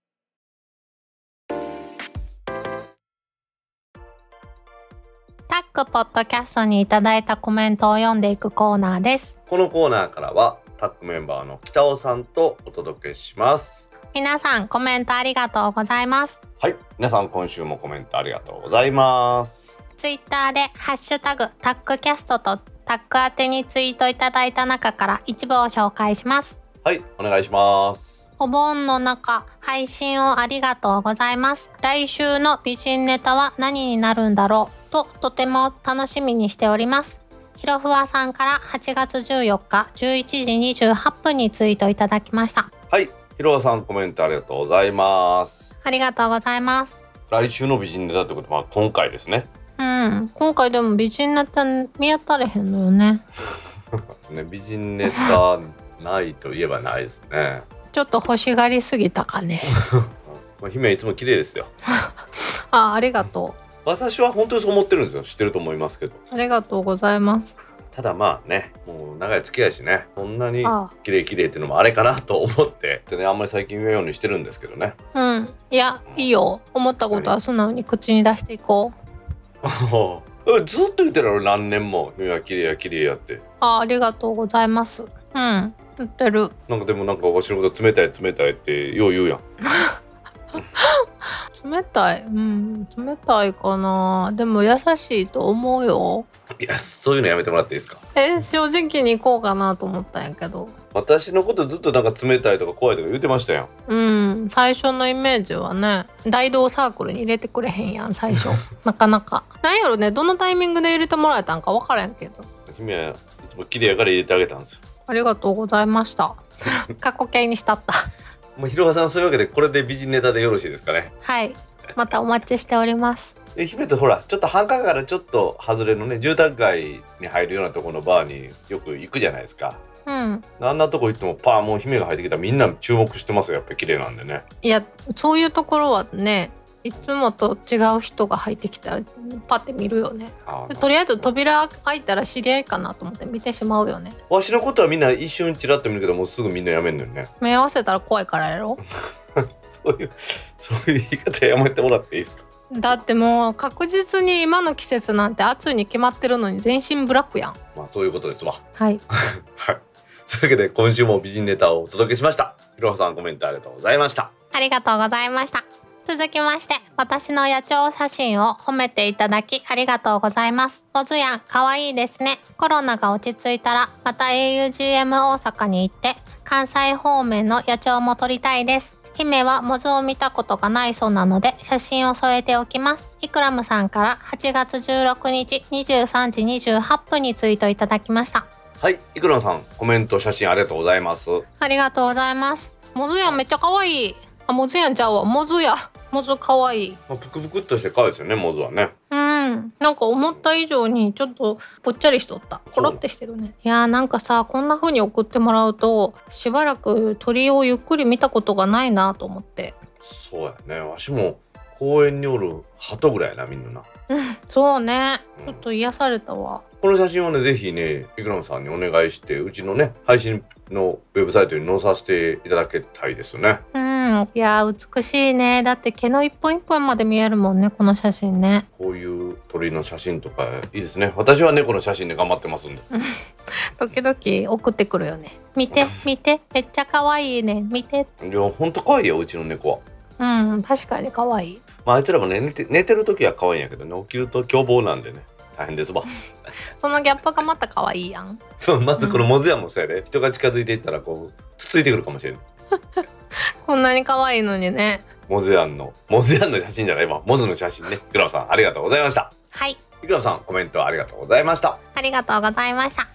[SPEAKER 1] タックポッドキャストにいただいたコメントを読んでいくコーナーです
[SPEAKER 2] このコーナーからはタックメンバーの北尾さんとお届けします
[SPEAKER 1] 皆さんコメントありがとうございます
[SPEAKER 2] はい皆さん今週もコメントありがとうございます
[SPEAKER 1] ツイッターでハッシュタグタックキャストとタック宛てにツイートいただいた中から一部を紹介します
[SPEAKER 2] はいお願いします
[SPEAKER 1] お盆の中配信をありがとうございます来週の美人ネタは何になるんだろうととても楽しみにしておりますひろふわさんから8月14日11時28分にツイートいただきました
[SPEAKER 2] はいひろわさんコメントありがとうございます
[SPEAKER 1] ありがとうございます。
[SPEAKER 2] 来週の美人ネタってことはまあ今回ですね
[SPEAKER 1] うん、今回でも美人になった見当たれへんのよね。
[SPEAKER 2] ね美人ネタないといえばないですね
[SPEAKER 1] ちょっと欲しがりすぎたかね。
[SPEAKER 2] まあ姫いつも綺麗ですよ
[SPEAKER 1] あ、ありがと
[SPEAKER 2] 私は本当にそう思ってるんですよ知ってると思いますけど
[SPEAKER 1] う。ありがとうございます。
[SPEAKER 2] ただまあねもう長い付き合いしねそんなに
[SPEAKER 1] あ
[SPEAKER 2] 綺麗綺麗っていうのもあれかなと思ってでねあんまり最近言うようにしてるんですけどね [LAUGHS]
[SPEAKER 1] うん、いや、いいよ。思ったことは素直に口に出していこう。
[SPEAKER 2] えずっと言ってるやろ何年も「君は綺麗や綺麗や」って
[SPEAKER 1] あ、ありがとうございます。うん、言ってる。
[SPEAKER 2] なんかでもなんかわしのこと冷たい冷たいってよう言うやん
[SPEAKER 1] 冷たい。うん、冷たいかな。でも優しいと思うよ。
[SPEAKER 2] いやそういうのやめてもらっていいですか
[SPEAKER 1] え、正直に行こうかなと思ったんやけど。
[SPEAKER 2] 私のことずっとなんか冷たいとか怖いとか言ってましたやん
[SPEAKER 1] うん最初のイメージはね大道サークルに入れてくれへんやん最初なかなかなんやろねどのタイミングで入れてもらえたんか分からへんけど
[SPEAKER 2] 姫はいつも綺麗やから入れてあげたんですよ
[SPEAKER 1] ありがとうございました過去形にしたった
[SPEAKER 2] もう広場さんそういうわけでこれで美人ネタでよろしいですかね
[SPEAKER 1] はいまたお待ちしております
[SPEAKER 2] え姫とほらちょっと繁華街からちょっと外れのね住宅街に入るようなところのバーによく行くじゃないですか
[SPEAKER 1] うん
[SPEAKER 2] あんなとこ行ってもパーもう姫が入ってきたらみんな注目してますよやっぱり綺麗なんでね
[SPEAKER 1] いやそういうところはねいつもと違う人が入ってきたらパッて見るよね
[SPEAKER 2] あ
[SPEAKER 1] でとりあえず扉開いたら知り合いかなと思って見てしまうよね
[SPEAKER 2] わしのことはみんな一瞬チラッと見るけどもうすぐみんなやめんのよね [LAUGHS]
[SPEAKER 1] 目合わせたら怖いからやろ
[SPEAKER 2] そう [LAUGHS] いうそういう言い方やめてもらっていいですか
[SPEAKER 1] だってもう確実に今の季節なんて暑いに決まってるのに全身ブラックやん
[SPEAKER 2] まあそういうことですわ
[SPEAKER 1] はい
[SPEAKER 2] [LAUGHS] はいというわけで今週も美人ネタをお届けしましたひろはさんコメントありがとうございました
[SPEAKER 1] ありがとうございました続きまして私の野鳥写真を褒めていただきありがとうございますもずやんかわいいですねコロナが落ち着いたらまた augm 大阪に行って関西方面の野鳥も撮りたいです姫はモズを見たことがないそうなので写真を添えておきますイクラムさんから8月16日23時28分にツイートいただきました
[SPEAKER 2] はいいくらさんコメント写真ありがとうございます
[SPEAKER 1] ありがとうございます。モズヤンめっちゃ可愛い。あ、モズヤンちゃうわ。モズヤ。モズ可愛い。
[SPEAKER 2] まあ、ぷくぷくっとして可愛いですよねモズはね
[SPEAKER 1] うん。なんか思った以上にちょっとぽっちゃりしとった。コロってしてるね。いやーなんかさ、こんな風に送ってもらうと、しばらく鳥をゆっくり見たことがないなと思って。
[SPEAKER 2] そうやねわしも公園におる鳩ぐらいやなみんなな
[SPEAKER 1] そうね。ちょっと癒されたわ。
[SPEAKER 2] この写真をねぜひねイクラムさんにお願いしてうちのね配信のウェブサイトに載させていただきたいですね
[SPEAKER 1] うん。うんいやー美しいねだって毛の一本一本まで見えるもんねこの写真ね
[SPEAKER 2] こういう鳥の写真とかいいですね私は猫の写真で頑張ってますんで
[SPEAKER 1] 時々送ってくるよね見て見てめっちゃ可愛いね見て
[SPEAKER 2] いやほんと可愛いようちの猫は、
[SPEAKER 1] うん確かに可愛い
[SPEAKER 2] まあ、あいつらもね寝て寝てる時は可愛いんやけどね起きると凶暴なんでね大変ですわ [LAUGHS]
[SPEAKER 1] そのギャップがまた可愛いやん
[SPEAKER 2] まずこのモズヤもそうやで人が近づいていったらこうつついてくるかもしれない
[SPEAKER 1] こんなに可愛いのにね
[SPEAKER 2] モズヤンのモズヤンの写真じゃない今モズの写真ねグラムさんありがとうございました
[SPEAKER 1] はい
[SPEAKER 2] グラムさんコメントありがとうございました
[SPEAKER 1] ありがとうございました。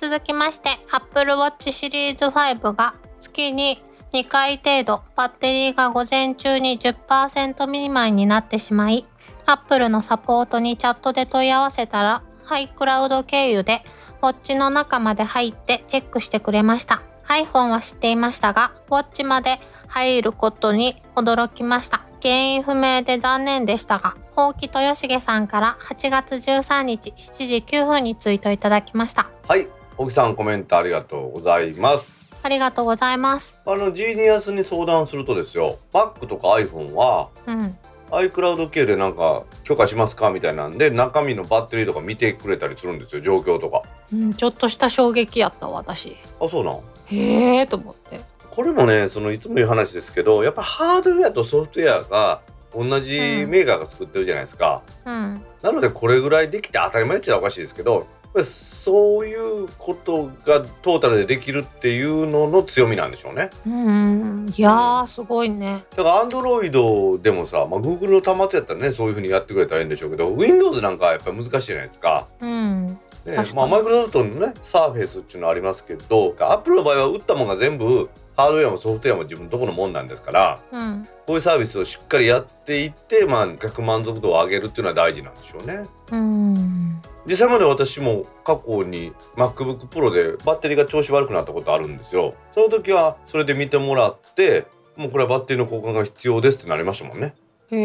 [SPEAKER 1] 続きまして、Apple Watch シリーズ5が月に2回程度バッテリーが午前中に10%未満になってしまい、Apple のサポートにチャットで問い合わせたら iCloud 経由でウォッチの中まで入ってチェックしてくれました。iPhone は知っていましたが、ウォッチまで入ることに驚きました。原因不明で残念でしたが、大木豊重さんから8月13日7時9分にツイートいただきました。
[SPEAKER 2] はい大木さんコメントありがとうございます
[SPEAKER 1] ありがとうございます。
[SPEAKER 2] あのジーニアスに相談するとですよ Mac とか iPhone は
[SPEAKER 1] うん。
[SPEAKER 2] iCloud 系でなんか許可しますかみたいなんで中身のバッテリーとか見てくれたりするんですよ状況とか
[SPEAKER 1] うん、ちょっとした衝撃やったわ私。
[SPEAKER 2] あそうなん
[SPEAKER 1] へえと思って。
[SPEAKER 2] これもねそのいつも言う話ですけどやっぱハードウェアとソフトウェアが同じメーカーが作ってるじゃないですか、
[SPEAKER 1] うん。
[SPEAKER 2] なのでこれぐらいできて当たり前っちゃおかしいですけどやっぱりそういうことがトータルでできるっていうのの強みなんでしょうね
[SPEAKER 1] うん。いやーすごいね。
[SPEAKER 2] だからアンドロイドでもさ、まあ、Google の端末やったらねそういうふうにやってくれたらいいんでしょうけど Windows なんかはやっぱり難しいじゃないですか
[SPEAKER 1] うん。
[SPEAKER 2] ね
[SPEAKER 1] 確かに
[SPEAKER 2] まあ、マイクロソフトのねサーフェイスっていうのはありますけどアップルの場合は打ったものが全部ハードウェアもソフトウェアも自分のとこのもんなんですから
[SPEAKER 1] うん。
[SPEAKER 2] こういうサービスをしっかりやっていって、まあ、客満足度を上げるっていうのは大事なんでしょうね
[SPEAKER 1] うん。
[SPEAKER 2] 実際まで私も過去に MacBookPro でバッテリーが調子悪くなったことあるんですよその時はそれで見てもらってもうこれはバッテリーの交換が必要ですってなりましたもんね
[SPEAKER 1] へ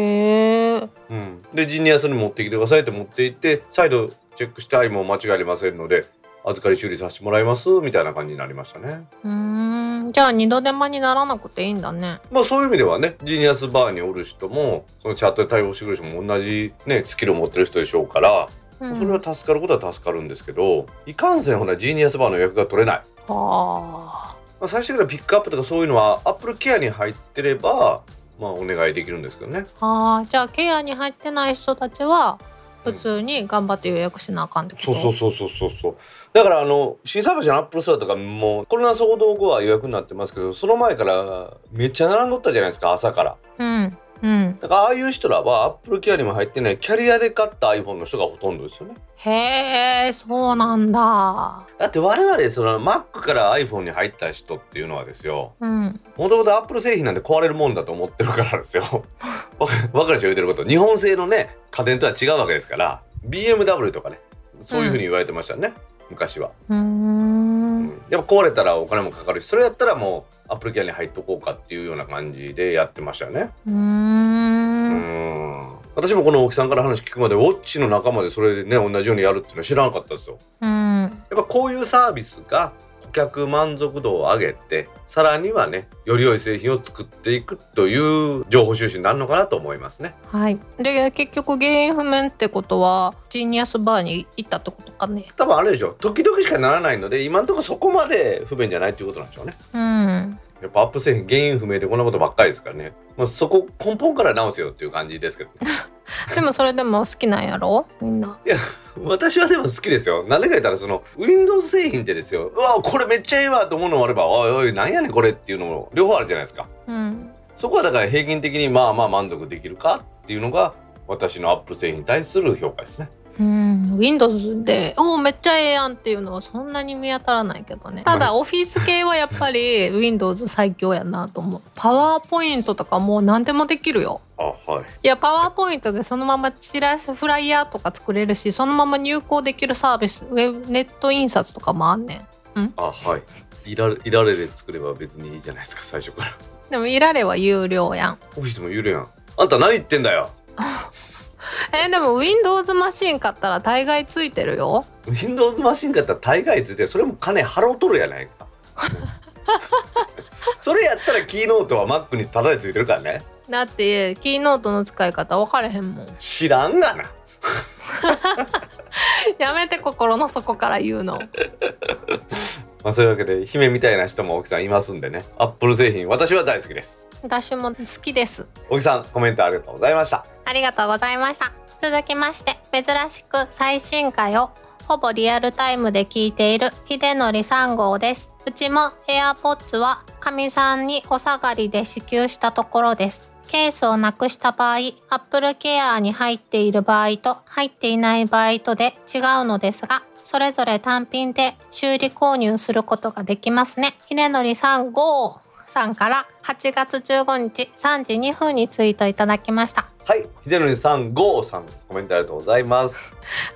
[SPEAKER 1] え。
[SPEAKER 2] うん、でジニアさんに持ってきてくださいって持って行って再度チェックしてはいもう間違いありませんので預かり修理させてもらいますみたいな感じになりましたね
[SPEAKER 1] うーん。じゃあ二度手間にならなくていいんだね。
[SPEAKER 2] まあそういう意味ではねジニアスバーにおる人もそのチャットで対応してくれる人も同じねスキルを持ってる人でしょうから、
[SPEAKER 1] うん、
[SPEAKER 2] それは助かることは助かるんですけどいかんせんほらジニアスバーの予約が取れない、
[SPEAKER 1] はあ。
[SPEAKER 2] まあ、最終的なピックアップとかそういうのはアップルケアに入ってればまあお願いできるんですけどね
[SPEAKER 1] あーじゃあケアに入ってない人たちは普通に頑張って予約しなあかんってこと、
[SPEAKER 2] そうそうそうそうそうそうだからあの新作者のアップルストアとかもうコロナ騒動後は予約になってますけどその前からめっちゃ並んどったじゃないですか朝から
[SPEAKER 1] うんうん
[SPEAKER 2] だからああいう人らはアップルケアにも入ってないキャリアで買った iPhone の人がほとんどですよね
[SPEAKER 1] へえそうなんだ
[SPEAKER 2] だって我々その Mac から iPhone に入った人っていうのはですよ
[SPEAKER 1] うん
[SPEAKER 2] もともと Apple 製品なんて壊れるもんだと思ってるからですよわかわかるでしょ言ってること日本製のね家電とは違うわけですから BMW とかねそういうふうに言われてましたね、昔は
[SPEAKER 1] うーん
[SPEAKER 2] でも壊れたらお金もかかるしそれやったらもうアップルケアに入っとこうかっていうような感じでやってましたよね
[SPEAKER 1] うー
[SPEAKER 2] うんん私もこの大木さんから話聞くまでウォッチの仲間でそれでね同じようにやるっていうのは知らなかったですよ
[SPEAKER 1] うん
[SPEAKER 2] やっぱこういうサービスが顧客満足度を上げてさらにはねより良い製品を作っていくという情報収集になるのかなと思いますね
[SPEAKER 1] はいで結局原因不明ってことはジーニアスバーに行ったってことかね
[SPEAKER 2] 多分あれでしょ時々しかならないので今のところそこまで不便じゃないっていうことなんでしょうね
[SPEAKER 1] うん
[SPEAKER 2] やっぱアップ製品原因不明でこんなことばっかりですからね、まあ、そこ根本から直せよっていう感じですけど、ね、 [LAUGHS]
[SPEAKER 1] でもそれでも好きなんやろみんな
[SPEAKER 2] 私はでも好きですよなんでか言ったらその Windows 製品ってですようわこれめっちゃいいわと思うのもあればおいおいなんやねんこれっていうのも両方あるじゃないですか
[SPEAKER 1] うん
[SPEAKER 2] そこはだから平均的にまあまあ満足できるかっていうのが私のアップ製品に対する評価ですね
[SPEAKER 1] うん Windows で「おおめっちゃええやん」っていうのはそんなに見当たらないけどねただ Office 系はやっぱり Windows 最強やなと思う PowerPoint とかもう何でもできるよ
[SPEAKER 2] あはい
[SPEAKER 1] いやパワーポイントでそのままチラシフライヤーとか作れるしそのまま入稿できるサービスウェブネット印刷とかもあんねん
[SPEAKER 2] あはいいられいられで作れば別にいいじゃないですか最初から
[SPEAKER 1] でもいられは有料やん
[SPEAKER 2] オフィスもゆるやんあんた何言ってんだよ
[SPEAKER 1] えでも Windows マシン買ったら大概ついてるよ
[SPEAKER 2] [LAUGHS] Windows マシン買ったら大概ついてそれも金払うとるやないかそれやったらキーノートは Mac にただでついてるからね
[SPEAKER 1] だってキーノートの使い方分かれへんもん
[SPEAKER 2] 知らんがな
[SPEAKER 1] やめて心の底から言うの
[SPEAKER 2] まあそういうわけで姫みたいな人も大木さんいますんでねアップル製品私は大好きです
[SPEAKER 1] 私も好きです
[SPEAKER 2] 大木さんコメントありがとうございました
[SPEAKER 1] ありがとうございました続きまして珍しく最新回をほぼリアルタイムで聞いている秀則3号ですうちも AirPods はかみさんにお下がりで支給したところですケースをなくした場合 Apple Care に入っている場合と入っていない場合とで違うのですがそれぞれ単品で修理購入することができますね秀則3号さんから8月15日3時2分にツイートいただきました
[SPEAKER 2] はい秀則さんゴーさんコメントありがとうございます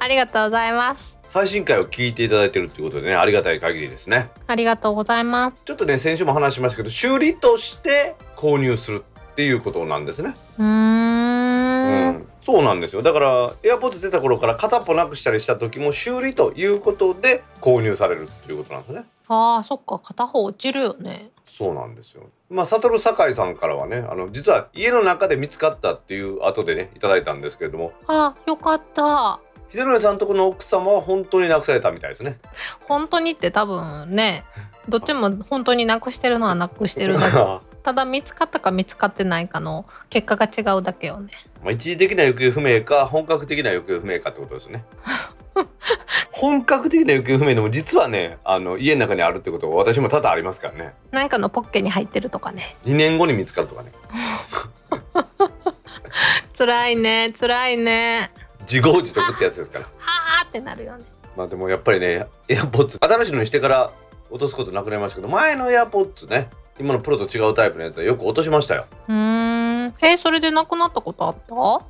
[SPEAKER 1] ありがとうございます
[SPEAKER 2] 最新回を聞いていただいてるっていうことでねありがたい限りですね
[SPEAKER 1] ありがとうございます
[SPEAKER 2] ちょっとね先週も話しましたけど修理として購入するっていうことなんですね、
[SPEAKER 1] うーん
[SPEAKER 2] うんそうなんですよだから AirPods 出た頃から片っぽなくしたりした時も修理ということで購入されるっていうことなんですね
[SPEAKER 1] あーそっか片方落ちるよね
[SPEAKER 2] そうなんですよまあ悟酒井さんからはねあの実は家の中で見つかったっていう後でねいただいたんですけれども
[SPEAKER 1] あーよかった
[SPEAKER 2] 秀則さんとこの奥様は本当になくされたみたいですね
[SPEAKER 1] 本当にって多分ねどっちも本当になくしてるのはなくしてる [LAUGHS] だけ
[SPEAKER 2] ま
[SPEAKER 1] ただ見つかったか見つかってないかの結果が違うだけよね
[SPEAKER 2] あ一時的な行方不明か本格的な行方不明かってことですね本格的な行方不明でも実はねあの家の中にあるってことは私も多々ありますからね
[SPEAKER 1] なんかのポッケに入ってるとかね
[SPEAKER 2] 2年後に見つかるとかね
[SPEAKER 1] 辛いね辛いね
[SPEAKER 2] 自業自得ってやつですから
[SPEAKER 1] あーってなるよね
[SPEAKER 2] まあでもやっぱりねエアポッツ新しいのにしてから落とすことなくなりましたけど前のエアポッツね今のプロと違うタイプのやつはよく落としましたよ
[SPEAKER 1] うーんえそれでなくなったことあったう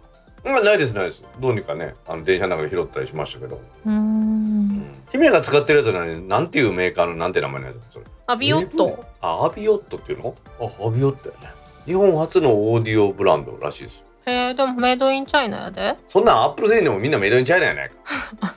[SPEAKER 2] うんないですないですどうにかねあの電車の中で拾ったりしましたけど、
[SPEAKER 1] ー
[SPEAKER 2] うんん、姫が使ってるやつなのになんていうメーカーのなんて名前のやつそれ
[SPEAKER 1] アビオット
[SPEAKER 2] あアビオットっていうのあアビオットやね日本初のオーディオブランドらしいです
[SPEAKER 1] えー、でもメイドインチャイナやで
[SPEAKER 2] そんなんアップル製品でもみんなメイドインチャイナやないか [LAUGHS]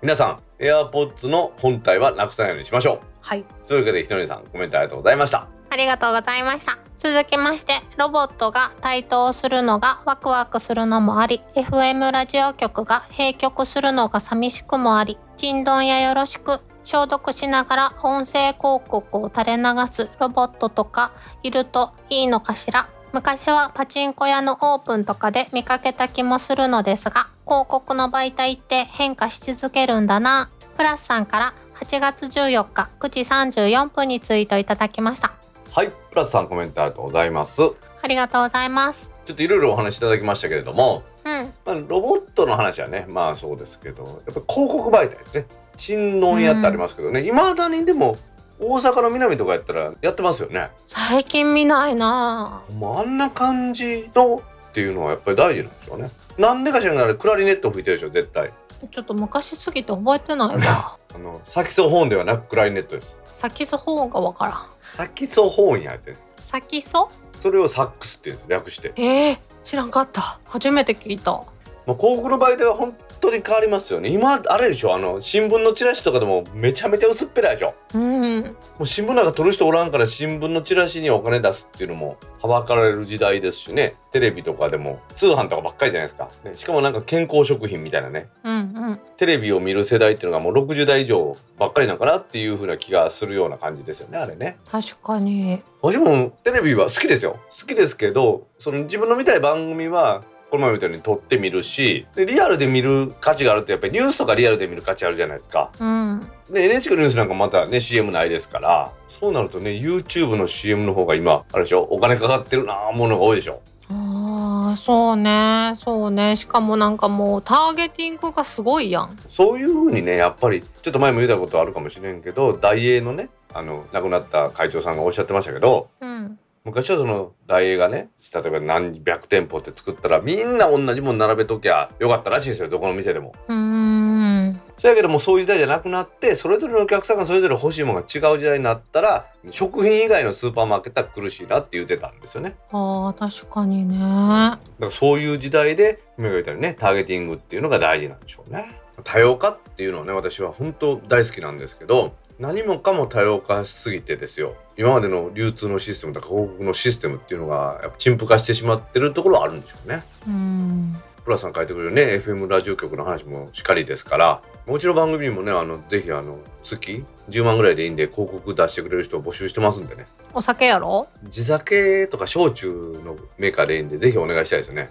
[SPEAKER 2] 皆さんエアポッツの本体はなくさないようにしましょう
[SPEAKER 1] はい
[SPEAKER 2] そういうわけでひとりさんコメントありがとうございました
[SPEAKER 1] ありがとうございました。続きまして、ロボットが台頭するのがワクワクするのもあり、FM ラジオ局が閉局するのが寂しくもあり、人丼やよろしく、消毒しながら音声広告を垂れ流すロボットとかいるといいのかしら。昔はパチンコ屋のオープンとかで見かけた気もするのですが、広告の媒体って変化し続けるんだな。プラスさんから8月14日9時34分にツイートいただきました。
[SPEAKER 2] はいプラスさんコメントありがとうございますちょ
[SPEAKER 1] ありがとうございます。
[SPEAKER 2] っといろいろお話しいただきましたけれども、
[SPEAKER 1] うん。
[SPEAKER 2] まあ、ロボットの話はねまあそうですけどやっぱり広告媒体ですね新聞やってありますけどねいま、未だにでも大阪の南とかやったらやってますよね
[SPEAKER 1] 最近見ないなぁ。
[SPEAKER 2] まあ、あんな感じのっていうのはやっぱり大事なんでしょうねなんでか知らないけどクラリネット吹いてるでしょ絶対
[SPEAKER 1] ちょっと昔すぎて覚えてない [LAUGHS] わ。
[SPEAKER 2] あのサキソフォンではなくクラリネットです
[SPEAKER 1] サキソフォンがわからん。
[SPEAKER 2] サキソフォンやってね
[SPEAKER 1] サキソ？
[SPEAKER 2] それをサックスって言うんです略して、
[SPEAKER 1] えー、知らんかった。初めて聞いた。
[SPEAKER 2] まあ、広告の媒体は本当に変わりますよね今あれでしょあの新聞のチラシとかでもめちゃめちゃ薄っぺらいでしょ
[SPEAKER 1] うん。
[SPEAKER 2] もう新聞なんか取る人おらんから新聞のチラシにお金出すっていうのもはばかられる時代ですしねテレビとかでも通販とかばっかりじゃないですか、ねしかもなんか健康食品みたいなね
[SPEAKER 1] うんうん。
[SPEAKER 2] テレビを見る世代っていうのがもう60代以上ばっかりなのかなっていうふうな気がするような感じですよねあれね。
[SPEAKER 1] 確かに。
[SPEAKER 2] 私もテレビは好きですよ好きですけどその自分の見たい番組はこの前みたいに撮ってみるしでリアルで見る価値があるとやっぱりニュースとかリアルで見る価値あるじゃないですか。
[SPEAKER 1] うん。
[SPEAKER 2] で NHK のニュースなんかまたね CM ないですからそうなるとね YouTube の CM の方が今あれでしょお金かかってるなあものが多いでしょ。
[SPEAKER 1] ああ、そうね、そうね。しかもなんかもうターゲティングがすごいやん。
[SPEAKER 2] そういうふうにねやっぱりちょっと前も言ったことあるかもしれんけど大英のねあの亡くなった会長さんがおっしゃってましたけど
[SPEAKER 1] うん。
[SPEAKER 2] 昔はその大映がね例えば何百店舗って作ったらみんな同じもん並べときゃよかったらしいですよどこの店でも。
[SPEAKER 1] うーん。
[SPEAKER 2] そやけどもうそういう時代じゃなくなってそれぞれのお客さんがそれぞれ欲しいものが違う時代になったら食品以外のスーパーマーケットは苦しいなって言ってたんですよね。
[SPEAKER 1] ああ、確かにね。
[SPEAKER 2] だからそういう時代で目が言ったようにねターゲティングっていうのが大事なんでしょうね。多様化っていうのはね私は本当大好きなんですけど何もかも多様化しすぎてですよ今までの流通のシステムとか広告のシステムっていうのがやっぱ陳腐化してしまってるところはあるんでしょうね。
[SPEAKER 1] うん
[SPEAKER 2] プラさん書いてくれるね FM ラジオ局の話もしっかりですからもちろん番組もねあのぜひあの月10万ぐらいでいいんで広告出してくれる人を募集してますんでね
[SPEAKER 1] お酒やろ
[SPEAKER 2] 地酒とか焼酎のメーカーでいいんでぜひお願いしたいですね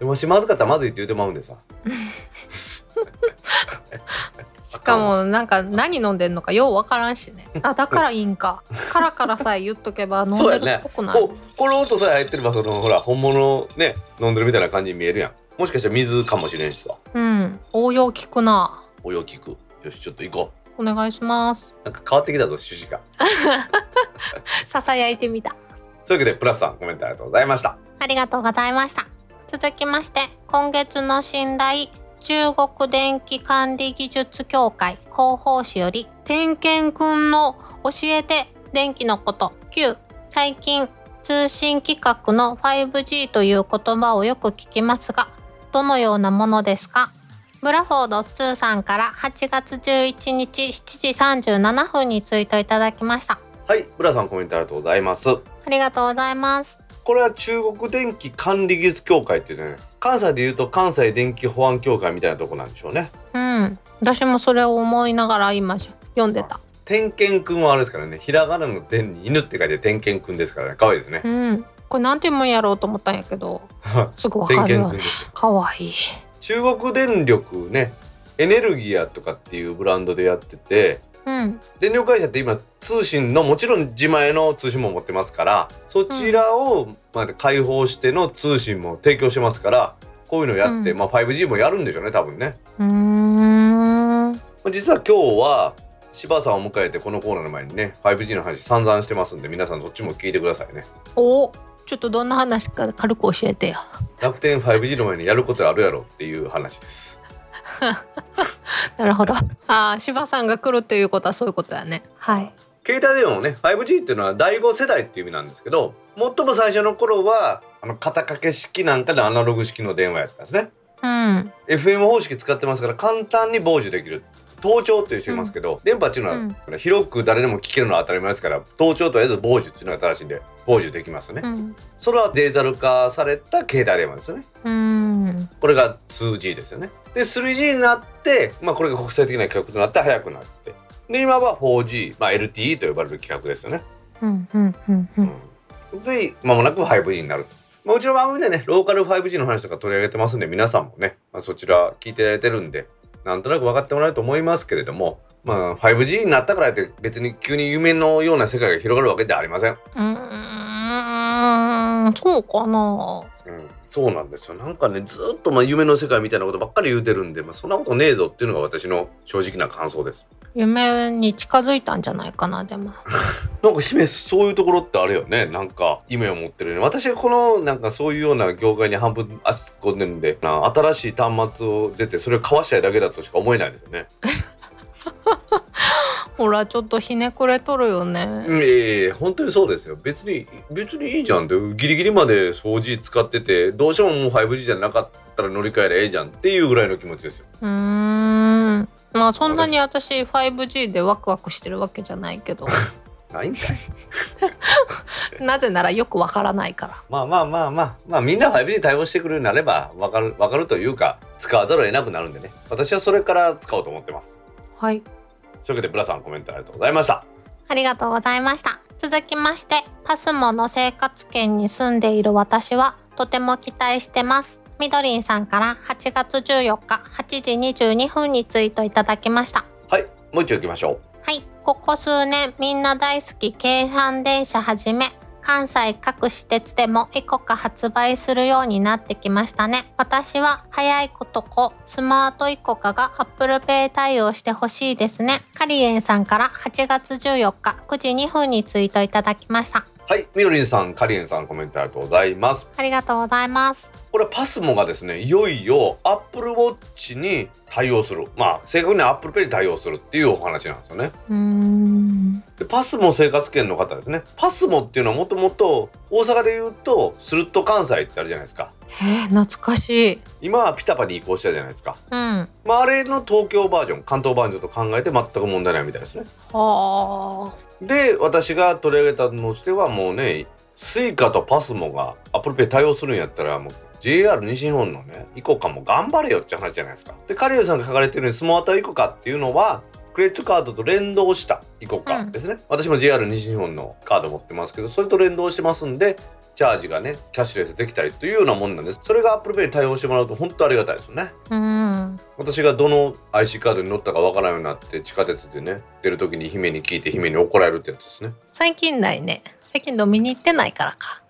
[SPEAKER 2] でもしまずかったらまずいって言うてまうんでさ
[SPEAKER 1] しかもなんか何飲んでんのかようわからんしね [LAUGHS] あだからいいんかカラカラさえ言っとけば [LAUGHS] 飲んでるっぽくない、
[SPEAKER 2] こうこの音さえ入ってればそのほら本物ね飲んでるみたいな感じに見えるやんもしかしたら水かもしれんしさ
[SPEAKER 1] うん応用効くな
[SPEAKER 2] およ聞くよしちょっと行こう
[SPEAKER 1] お願いします
[SPEAKER 2] なんか変わってきたぞ趣旨が
[SPEAKER 1] ささやいてみた
[SPEAKER 2] そういうわけでプラスさんコメントありがとうございました
[SPEAKER 1] ありがとうございました。続きまして、今月の信頼、中国電気管理技術協会広報誌より、点検くんの教えて電気のこと9、最近通信規格の 5G という言葉をよく聞きますが、どのようなものですかブラフォード2さんから8月11日7時37分にツイートいただきました。
[SPEAKER 2] はいプラスさんコメントありがとうございます
[SPEAKER 1] ありがとうございます。
[SPEAKER 2] これは中国電気管理技術協会っていうね関西でいうと関西電気保安協会みたいなとこなんでしょうね
[SPEAKER 1] うん。私もそれを思いながら今読んでた。
[SPEAKER 2] 点検くんはあれですからねひらがなの「点」に「犬」って書いて点検くんですからね可愛いですね
[SPEAKER 1] うん、これなんていうもんやろうと思ったんやけどすぐわ
[SPEAKER 2] 点
[SPEAKER 1] かる
[SPEAKER 2] 検
[SPEAKER 1] わ
[SPEAKER 2] くん
[SPEAKER 1] ね
[SPEAKER 2] ですよ
[SPEAKER 1] かわいい
[SPEAKER 2] 中国電力ねエネルギアとかっていうブランドでやってて
[SPEAKER 1] うん
[SPEAKER 2] 電力会社って今通信のもちろん自前の通信も持ってますからそちらをまあ開放しての通信も提供してますからこういうのやって、
[SPEAKER 1] うん
[SPEAKER 2] まあ 5G もやるんでしょうね多分ね
[SPEAKER 1] うーん
[SPEAKER 2] まあ実は今日は柴さんを迎えてこのコーナーの前にね 5G の話散々してますんで皆さんどっちも聞いてくださいね
[SPEAKER 1] おちょっとどんな話か軽く教えてよ
[SPEAKER 2] 楽天 5G の前にやることあるやろっていう話です
[SPEAKER 1] なるほどああ柴さんが来るということはそういうことやねはい
[SPEAKER 2] 携帯電話もね 5G っていうのは第5世代っていう意味なんですけど最も最初の頃はあの肩掛け式なんかでアナログ式の電話やったんですね
[SPEAKER 1] うん
[SPEAKER 2] FM 方式使ってますから簡単に傍受できる盗聴っていう人いますけど、電波っていうのは、広く誰でも聞けるのは当たり前ですから盗聴とりあえず傍受っていうのが正しいんで傍受できますね、
[SPEAKER 1] うん
[SPEAKER 2] それはデジタル化された携帯電話ですよね
[SPEAKER 1] うん
[SPEAKER 2] これが 2G ですよねで 3G になって、まあ、これが国際的な規格となって速くなってで今は 4G、まあ、LTE と呼ばれる規格ですよね、
[SPEAKER 1] うんうんうんうん
[SPEAKER 2] うん、つい間もなく 5G になるまあうちの番組でねローカル 5G の話とか取り上げてますんで皆さんもね、まあ、そちら聞いていただいてるんでなんとなく分かってもらえると思いますけれども、まあ、5G になったからって別に急に夢のような世界が広がるわけではありません
[SPEAKER 1] うーんそうかな
[SPEAKER 2] うん、そうなんですよなんかねずっとまあ夢の世界みたいなことばっかり言うてるんで、まあ、そんなことねえぞっていうのが私の正直な感想です
[SPEAKER 1] 夢に近づいたんじゃないかなでも
[SPEAKER 2] なんか姫そういうところってあれよねなんか夢を持ってるよね私がこのなんかそういうような業界に半分足突っ込んでるんでな新しい端末を出てそれをかわしたいだけだとしか思えないですよね、
[SPEAKER 1] ほらちょっとひねくれとるよね
[SPEAKER 2] うん、いえいえいえ本当にそうですよ別に別にいいじゃんってギリギリまで 4G 使っててどうしてももう 5G じゃなかったら乗り換えりゃええじゃんっていうぐらいの気持ちですよ
[SPEAKER 1] うーんまあそんなに私 5G でワクワクしてるわけじゃないけ [LAUGHS] ど
[SPEAKER 2] ないんかい
[SPEAKER 1] なぜならよくわからないから
[SPEAKER 2] [LAUGHS] まあまあまあまあまあみんな 5G に対応してくれるようになればわかるわかるというか使わざるを得なくなるんでね私はそれから使おうと思ってます
[SPEAKER 1] はい
[SPEAKER 2] というわけでブラさんコメントありがとうございました
[SPEAKER 1] ありがとうございました続きましてパスモの生活圏に住んでいる私はとても期待してますみどりんさんから8月14日8時22分にツイートいただきました
[SPEAKER 2] はいもう一度いきましょ
[SPEAKER 1] はい、ここ数年みんな大好き京阪電車はじめ関西各私鉄でもい個か発売するようになってきましたね私は早いことこスマートイコカが ApplePay 対応してほしいですねカリエンさんから8月14日9時2分にツイートいただきました
[SPEAKER 2] うはいみどりんさんかりんさんコメントありがとうございます
[SPEAKER 1] ありがとうございます。
[SPEAKER 2] これパスモがですねいよいよ AppleWatch に対応するまあ正確には ApplePay に対応するっていうお話なんですよね
[SPEAKER 1] うーん。
[SPEAKER 2] でパスモ生活圏の方ですねパスモっていうのはもともと大阪で言うとスルッと関西ってあるじゃないですか
[SPEAKER 1] えー、懐かしい。
[SPEAKER 2] 今はピタパに移行したじゃないですか、
[SPEAKER 1] うん。は
[SPEAKER 2] まあ、あれの東京バージョン関東バージョンと考えて全く問題ないみたいですね
[SPEAKER 1] あ。
[SPEAKER 2] で私が取り上げたのとしてはもうねスイカとパスモがアップルペイ対応するんやったらもう JR 西日本のねイコカも頑張れよって話じゃないですかでカリオさんが書かれてるようにスモアタイコカっていうのはクレジットカードと連動したイコカですね、私も JR 西日本のカード持ってますけどそれと連動してますんでチャージがねキャッシュレスできたりというようなもんなんですそれが ApplePay に対応してもらうと本当ありがたいですよね
[SPEAKER 1] うん。
[SPEAKER 2] 私がどの IC カードに乗ったかわからないようになって地下鉄でね出る時に姫に聞いて姫に怒られるってやつですね [LAUGHS]
[SPEAKER 1] 最近ないね。最近飲みに行ってないからか。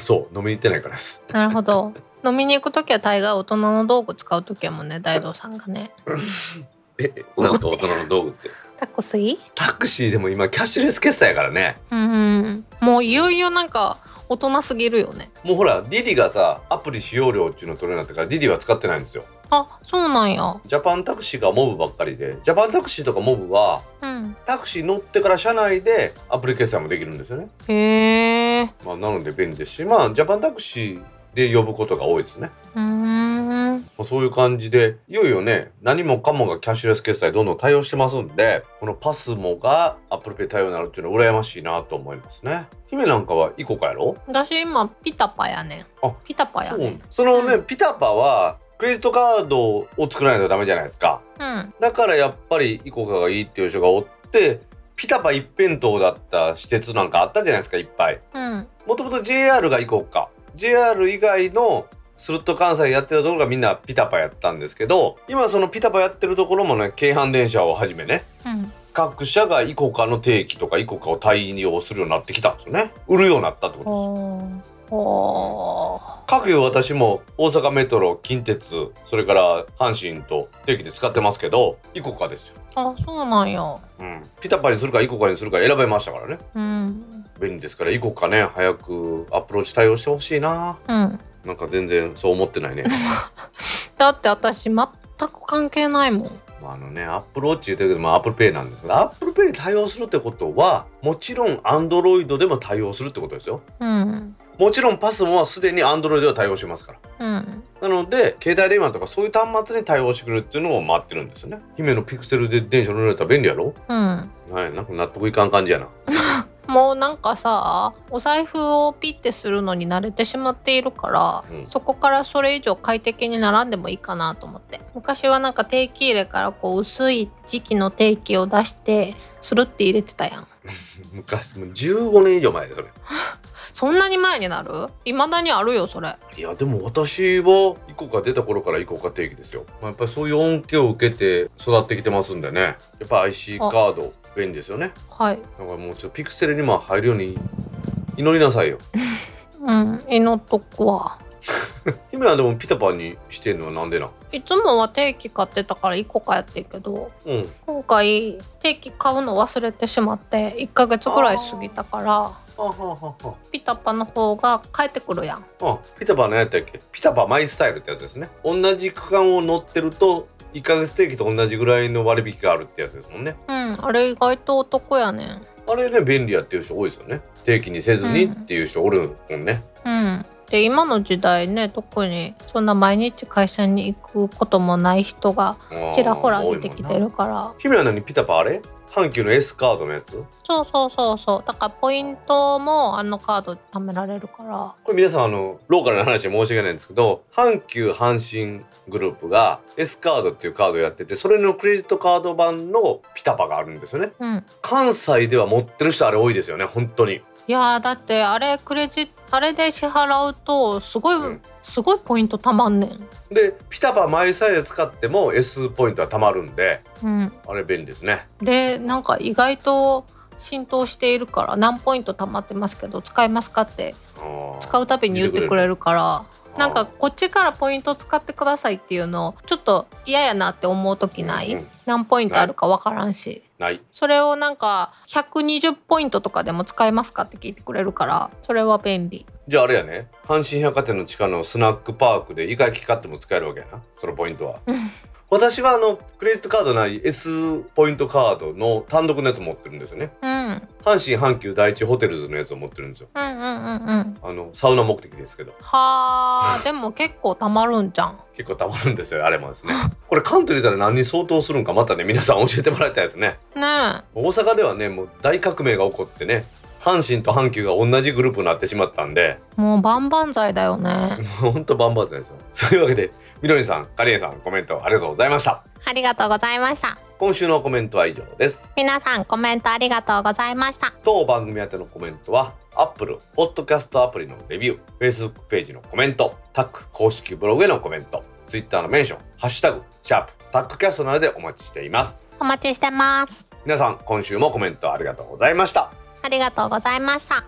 [SPEAKER 2] そう飲みに行ってないからです [LAUGHS]
[SPEAKER 1] なるほど。飲みに行くときは大概大人の道具使うときやもんね、大道さんがね。
[SPEAKER 2] えなんか大人の道具って
[SPEAKER 1] タコスイ
[SPEAKER 2] タクシーでも今キャッシュレス決済やからね
[SPEAKER 1] うん。もういよいよなんか大人すぎるよね。
[SPEAKER 2] もうほらディディがさアプリ使用料っていうのを取るようになってからディディは使ってないんですよ
[SPEAKER 1] あ、そうなんや。
[SPEAKER 2] ジャパンタクシーがモブばっかりでジャパンタクシーとかモブは
[SPEAKER 1] うん。
[SPEAKER 2] タクシー乗ってから車内でアプリ決済もできるんですよね、
[SPEAKER 1] へえ。
[SPEAKER 2] まあ、なので便利ですしまあジャパンタクシーで呼ぶことが多いですね
[SPEAKER 1] うーん。
[SPEAKER 2] まあそういう感じでいよいよね何もかもがキャッシュレス決済どんどん対応してますんでこのパスモが ApplePay 対応になるっていうのは羨ましいなと思いますね姫なんかはイコカやろ
[SPEAKER 1] 私今ピタパやね
[SPEAKER 2] あ。
[SPEAKER 1] ピタパや
[SPEAKER 2] そう
[SPEAKER 1] ね。
[SPEAKER 2] そのね、
[SPEAKER 1] う
[SPEAKER 2] ピタパはクレジットカードを作らないとダメじゃないですか
[SPEAKER 1] うん。
[SPEAKER 2] だからやっぱりイコカがいいっていう人がおってピタパ一辺倒だった私鉄なんかあったじゃないですかいっぱい
[SPEAKER 1] うん。
[SPEAKER 2] もともと JR がイコカ JR 以外のスルッと関西やってたところがみんなピタパやったんですけど今そのピタパやってるところもね京阪電車をはじめね
[SPEAKER 1] うん。
[SPEAKER 2] 各社がイコカの定期とかイコカを対応するようになってきたんですよね売るようになったってことです
[SPEAKER 1] おーおー
[SPEAKER 2] 各有私も大阪メトロ近鉄それから阪神と定期で使ってますけどイコカですよ、
[SPEAKER 1] あそうなんや
[SPEAKER 2] うん、ピタパにするかイコカにするか選べましたからね
[SPEAKER 1] うん
[SPEAKER 2] 便利ですからイコカね早くアプローチ対応してほしいな
[SPEAKER 1] うん
[SPEAKER 2] なんか全然そう思ってないね
[SPEAKER 1] だって私全く関係ないもん
[SPEAKER 2] まああのねアップローチ言ってるけどまあアップルペイなんですがアップルペイに対応するってことはもちろんアンドロイドでも対応するってことですよ
[SPEAKER 1] うん
[SPEAKER 2] もちろんパスモはすでにアンドロイドは対応してますから
[SPEAKER 1] うん
[SPEAKER 2] なので携帯電話とかそういう端末に対応してくれるっていうのを待ってるんですよね姫のピクセルで電車乗れたら便利やろ
[SPEAKER 1] うん
[SPEAKER 2] はいなんか納得いかん感じやな [LAUGHS]
[SPEAKER 1] もうなんかさお財布をピッてするのに慣れてしまっているから、
[SPEAKER 2] うん
[SPEAKER 1] そこからそれ以上快適にならんでもいいかなと思って昔はなんか定期入れからこう薄い時期の定期を出してスルッて入れてたやん
[SPEAKER 2] 昔もう15年以上前だそれ
[SPEAKER 1] そんなに前になるいまだにあるよそれ
[SPEAKER 2] いやでも私はイコカ出た頃からイコカ定期ですよ、まあ、やっぱりそういう恩恵を受けて育ってきてますんでねやっぱ IC カード便利ですよね
[SPEAKER 1] はい
[SPEAKER 2] だからもうちょっとピクセルにも入るように祈りなさいよ
[SPEAKER 1] うん祈っとくわ
[SPEAKER 2] 姫はでもピタパンにしてんのはなんでなん
[SPEAKER 1] いつもは定期買ってたから1個買ってんけど
[SPEAKER 2] うん
[SPEAKER 1] 今回定期買うの忘れてしまって1ヶ月ぐらい過ぎたから
[SPEAKER 2] あははは
[SPEAKER 1] ピタパの方が帰ってくるやん
[SPEAKER 2] あピタパ何やったっけピタパマイスタイルってやつですね同じ区間を乗ってると1ヶ月定期と同じぐらいの割引があるってやつですもんね
[SPEAKER 1] うんあれ意外とお得やねん
[SPEAKER 2] あれね便利やっていう人多いですよね定期にせずにっていう人おるもんね、
[SPEAKER 1] うんで今の時代ね特にそんな毎日会社に行くこともない人が
[SPEAKER 2] あー
[SPEAKER 1] ちらほら出てきてるから
[SPEAKER 2] 多いもんな姫は何ピタパあれ阪急の S カードのやつ
[SPEAKER 1] そうそうそうそうだからポイントもあのカードで貯められるから
[SPEAKER 2] これ皆さんあのローカルな話で申し訳ないんですけど阪急阪神グループが S カードっていうカードをやっててそれのクレジットカード版のピタパがあるんですよね
[SPEAKER 1] うん
[SPEAKER 2] 関西では持ってる人あれ多いですよね本当に
[SPEAKER 1] いやーだってあれクレジットあれで支払うとすごい、
[SPEAKER 2] うん
[SPEAKER 1] すごいポイントたまんねん。
[SPEAKER 2] でピタパマイサイズ使っても S ポイントはたまるんで
[SPEAKER 1] うん、
[SPEAKER 2] あれ便利ですね
[SPEAKER 1] でなんか意外と浸透しているから何ポイントたまってますけど使いますかって使
[SPEAKER 2] う
[SPEAKER 1] うたびに言ってくれるからなんか
[SPEAKER 2] あ
[SPEAKER 1] こっちからポイント使ってくださいっていうのちょっと嫌やなって思う時ない、
[SPEAKER 2] うん
[SPEAKER 1] 何ポイントあるか分からんし
[SPEAKER 2] ない
[SPEAKER 1] それをなんか120ポイントとかでも使えますかって聞いてくれるからそれは便利
[SPEAKER 2] じゃああれやね阪神百貨店の地下のスナックパークで意外機買っても使えるわけやなそのポイントは
[SPEAKER 1] うん
[SPEAKER 2] 私はあのクレジットカードない S ポイントカードの単独のやつ持ってるんですよね
[SPEAKER 1] うんうん
[SPEAKER 2] 阪神阪急第一ホテルズのやつを持ってるんですよ
[SPEAKER 1] うんうんうん
[SPEAKER 2] あのサウナ目的ですけど
[SPEAKER 1] はあでも結構たまるんじゃん
[SPEAKER 2] 結構たまるんですよあれもですねこれ関東入れたら何に相当するんかまたね皆さん教えてもらいたいですね
[SPEAKER 1] ね
[SPEAKER 2] 大阪ではねもう大革命が起こってね阪神と阪急が同じグループになってしまったんで
[SPEAKER 1] えもう万々歳だよね
[SPEAKER 2] もうほんとバンバンですよそういうわけでみどりさんかりえさんコメントありがとうございました
[SPEAKER 1] [LAUGHS] ありがとうございました
[SPEAKER 2] 今週のコメントは以上です
[SPEAKER 1] 皆さんコメントありがとうございました
[SPEAKER 2] 当番組宛てのコメントは Apple Podcast アプリのレビュー Facebook ページのコメントタック公式ブログへのコメント Twitter のメンション「ハッシュタグシャープタックキャスト」などでお待ちしています
[SPEAKER 1] お待ちしてます
[SPEAKER 2] 皆さん今週もコメントありがとうございました
[SPEAKER 1] ありがとうございました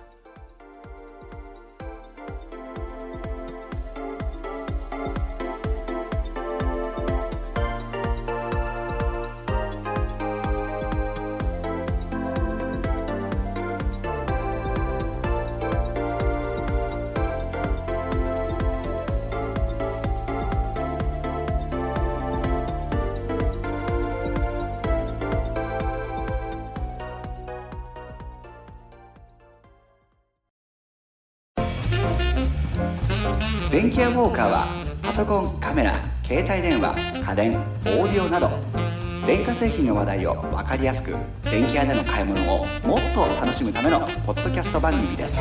[SPEAKER 7] 電気屋ウォーカーはパソコンカメラ携帯電話家電オーディオなど電化製品の話題を分かりやすく電気屋での買い物をもっと楽しむためのポッドキャスト番組です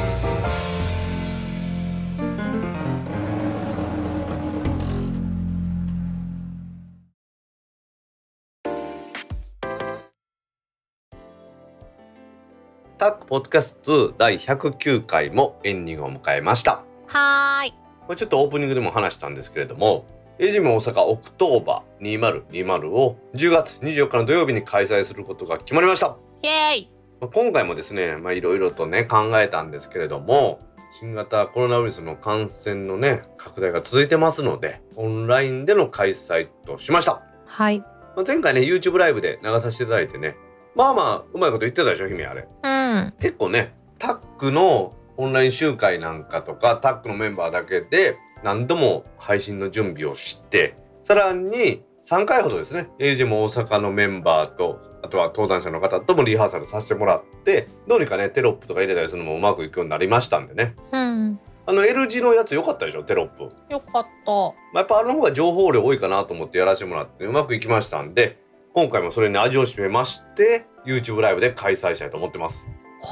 [SPEAKER 2] タックポッドキャスト2第109回もエンディングを迎えました
[SPEAKER 1] はーい
[SPEAKER 2] これちょっとオープニングでも話したんですけれども AGM 大阪オクトーバー2020を10月24日の土曜日に開催することが決まりました
[SPEAKER 1] イエーイ
[SPEAKER 2] まあ今回もですねまあいろいろとね考えたんですけれども新型コロナウイルスの感染のね拡大が続いてますのでオンラインでの開催としました、
[SPEAKER 1] はい
[SPEAKER 2] まあ前回ね YouTube ライブで流させていただいてねまあまあうまいこと言ってたでしょ姫あれ
[SPEAKER 1] うん
[SPEAKER 2] 結構ねタックのオンライン集会なんかとかタックのメンバーだけで何度も配信の準備をしてさらに3回ほどですね AG も大阪のメンバーとあとは登壇者の方ともリハーサルさせてもらってどうにかねテロップとか入れたりするのもうまくいくようになりましたんでね
[SPEAKER 1] うん
[SPEAKER 2] あの L 字のやつ良かったでしょテロップ、ま
[SPEAKER 1] よかった
[SPEAKER 2] あ、やっぱあの方が情報量多いかなと思ってやらせてもらってうまくいきましたんで今回もそれに味を占めまして YouTube ライブで開催したいと思ってます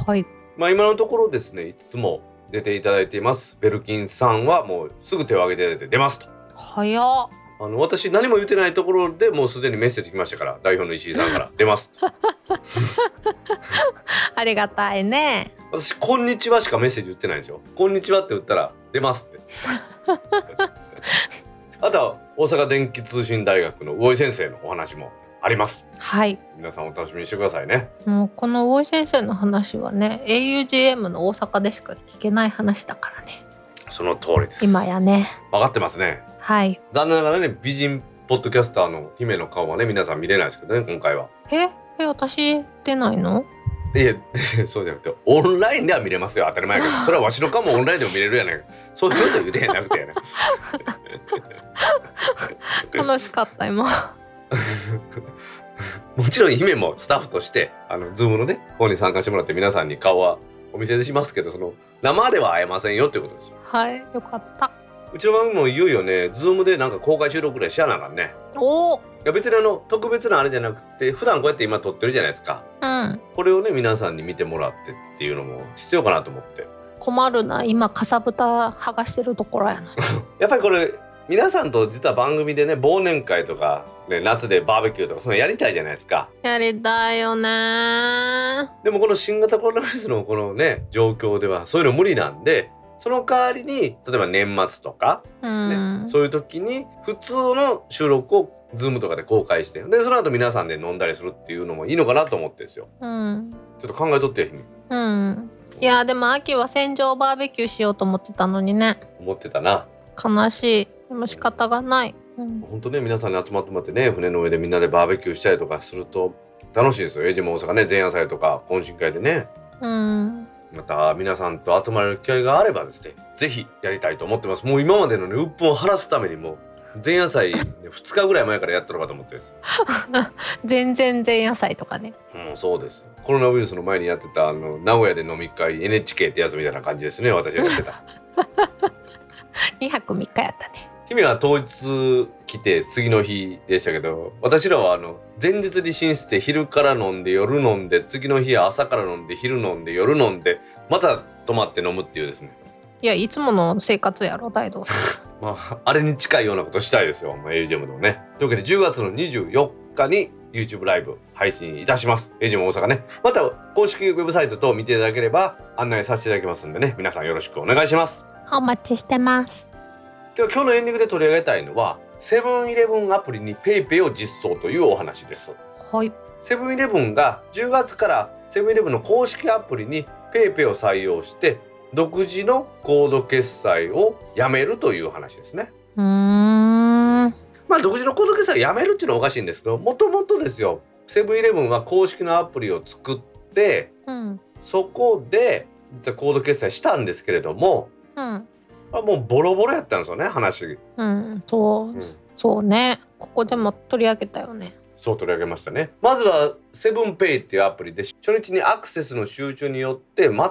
[SPEAKER 1] はい
[SPEAKER 2] まあ、今のところですねいつも出ていただいていますベルキンさんはもうすぐ手を挙げて出ますと
[SPEAKER 1] 早っ
[SPEAKER 2] あの私何も言ってないところでもうすでにメッセージ来ましたから代表の石井さんから出ますと
[SPEAKER 1] ありがたいね
[SPEAKER 2] 私「こんにちは」しかメッセージ打ってないんですよ「こんにちは」って打ったら出ますってあとは大阪電気通信大学の魚井先生のお話もあります
[SPEAKER 1] はい
[SPEAKER 2] 皆さんお楽しみにしてくださいね
[SPEAKER 1] もうこの大井先生の話はね augm の大阪でしか聞けない話だからね
[SPEAKER 2] その通りです
[SPEAKER 1] 今やね
[SPEAKER 2] 分かってますね
[SPEAKER 1] はい
[SPEAKER 2] 残念ながらね美人ポッドキャスターの姫の顔はね皆さん見れないですけどね今回は
[SPEAKER 1] ええ私出ないの
[SPEAKER 2] いや [LAUGHS] でそうじゃなくてオンラインでは見れますよ当たり前やけどそれはわしの顔もオンラインでも見れるやないかそういうこと言うてへんなくてやな
[SPEAKER 1] 楽しかった今
[SPEAKER 2] もちろん姫もスタッフとしてあの Zoom のね方に参加してもらって皆さんに顔はお見せしますけどその生では会えませんよっていうことですよ
[SPEAKER 1] はいよかった
[SPEAKER 2] うちの番組もいよいよね Zoom でなんか公開収録ぐらいしやなあかんね
[SPEAKER 1] おお
[SPEAKER 2] いや別にあの特別なあれじゃなくて普段こうやって今撮ってるじゃないですか
[SPEAKER 1] うん
[SPEAKER 2] これをね皆さんに見てもらってっていうのも必要かなと思って
[SPEAKER 1] 困るな今かさぶた剥がしてるところやな
[SPEAKER 2] やっぱりこれ皆さんと実は番組でね忘年会とか、ね、夏でバーベキューとかそういうのやりたいじゃないですか
[SPEAKER 1] やりたいよね
[SPEAKER 2] でもこの新型コロナウイルスのこのね状況ではそういうの無理なんでその代わりに例えば年末とか、
[SPEAKER 1] う
[SPEAKER 2] ね
[SPEAKER 1] ん、
[SPEAKER 2] そういう時に普通の収録を Zoom とかで公開してでその後皆さんで飲んだりするっていうのもいいのかなと思ってですよ
[SPEAKER 1] うん
[SPEAKER 2] ちょっと考えとってよ姫
[SPEAKER 1] うんいやでも秋は戦場バーベキューしようと思ってたのにね
[SPEAKER 2] 思ってたな
[SPEAKER 1] 悲しいでも仕方がない、うん、
[SPEAKER 2] 本当ね皆さんに集まってもらってね船の上でみんなでバーベキューしたりとかすると楽しいですよ江島大阪ね前夜祭とか懇親会でね
[SPEAKER 1] うん
[SPEAKER 2] また皆さんと集まれる機会があればですねぜひやりたいと思ってますもう今までのね鬱憤を晴らすためにもう前夜祭、ね、2日ぐらい前からやったのかと思ってるんです
[SPEAKER 1] 全然前夜祭とかね
[SPEAKER 2] もうそうですコロナウイルスの前にやってたあの名古屋で飲み会 NHK ってやつみたいな感じですね私がやってた [LAUGHS]
[SPEAKER 1] 2泊3日やったね
[SPEAKER 2] 君は当日来て次の日でしたけど私らはあの前日に寝室で昼から飲んで夜飲んで次の日は朝から飲んで昼飲んで夜飲んでまた泊まって飲むっていうですね
[SPEAKER 1] いやいつもの生活やろ大道さん
[SPEAKER 2] まあ、あれに近いようなことしたいですよ、まあ、AGM でもね。というわけで、10月の24日に YouTube ライブ配信いたします。AGM 大阪ね。また、公式ウェブサイト等見ていただければ案内させていただきますんでね、皆さんよろしくお願いします。
[SPEAKER 1] お待ちしてます
[SPEAKER 2] では、今日のエンディングで取り上げたいのは、セブンイレブンアプリに PayPay を実装というお話です。
[SPEAKER 1] はい
[SPEAKER 2] セブンイレブンが10月からセブンイレブンの公式アプリに PayPay を採用して、独自のコード決済をやめるという話ですね。
[SPEAKER 1] うーん
[SPEAKER 2] まあ独自のコード決済をやめるっていうのはおかしいんですけどもともとですよセブンイレブンは公式のアプリを作って
[SPEAKER 1] うん
[SPEAKER 2] そこで実はコード決済したんですけれども
[SPEAKER 1] うん
[SPEAKER 2] あもうボロボロやったんですよね話、、
[SPEAKER 1] うんそううんそうねここでも取り上げたよね
[SPEAKER 2] そう取り上げましたねまずはセブンペイっていうアプリで初日にアクセスの集中によって全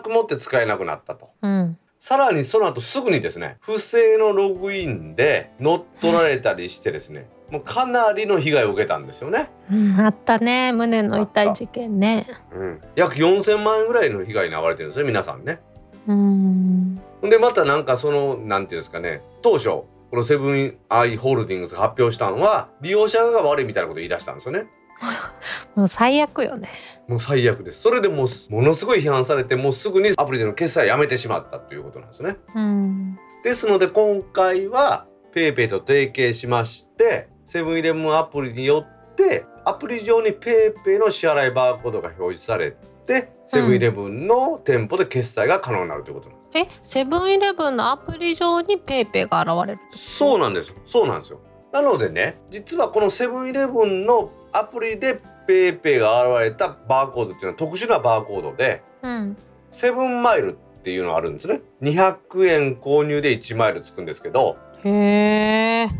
[SPEAKER 2] くもって使えなくなったと
[SPEAKER 1] うん
[SPEAKER 2] さらにその後すぐにですね不正のログインで乗っ取られたりしてですねもうかなりの被害を受けたんですよね
[SPEAKER 1] うんあったね胸の痛い事件ね
[SPEAKER 2] うん、約4,000万円ぐらいの被害に遭われてるんですね皆さんね。
[SPEAKER 1] うん
[SPEAKER 2] でまたなんかそのなんていうんですかね当初このセブンアイ・ホールディングスが発表したのは利用者が悪いみたいなことを言い出したんですよね。
[SPEAKER 1] もう最悪よね
[SPEAKER 2] もう最悪ですそれでもうものすごい批判されてもうすぐにアプリでの決済をやめてしまったということなんですね。
[SPEAKER 1] うん
[SPEAKER 2] ですので今回は PayPay と提携しましてセブンイレブンアプリによってアプリ上に PayPay の支払いバーコードが表示されてセブンイレブンの店舗で決済が可能になるということなんです
[SPEAKER 1] えセブンイレブンのアプリ上にペイペイが現れる
[SPEAKER 2] そうなんですよそうなんですよなのでね実はこのセブンイレブンのアプリで PayPay が現れたバーコードっていうのは特殊なバーコードで
[SPEAKER 1] うん
[SPEAKER 2] セブンマイルっていうのがあるんですね200円購入で1マイルつくんですけど
[SPEAKER 1] へえ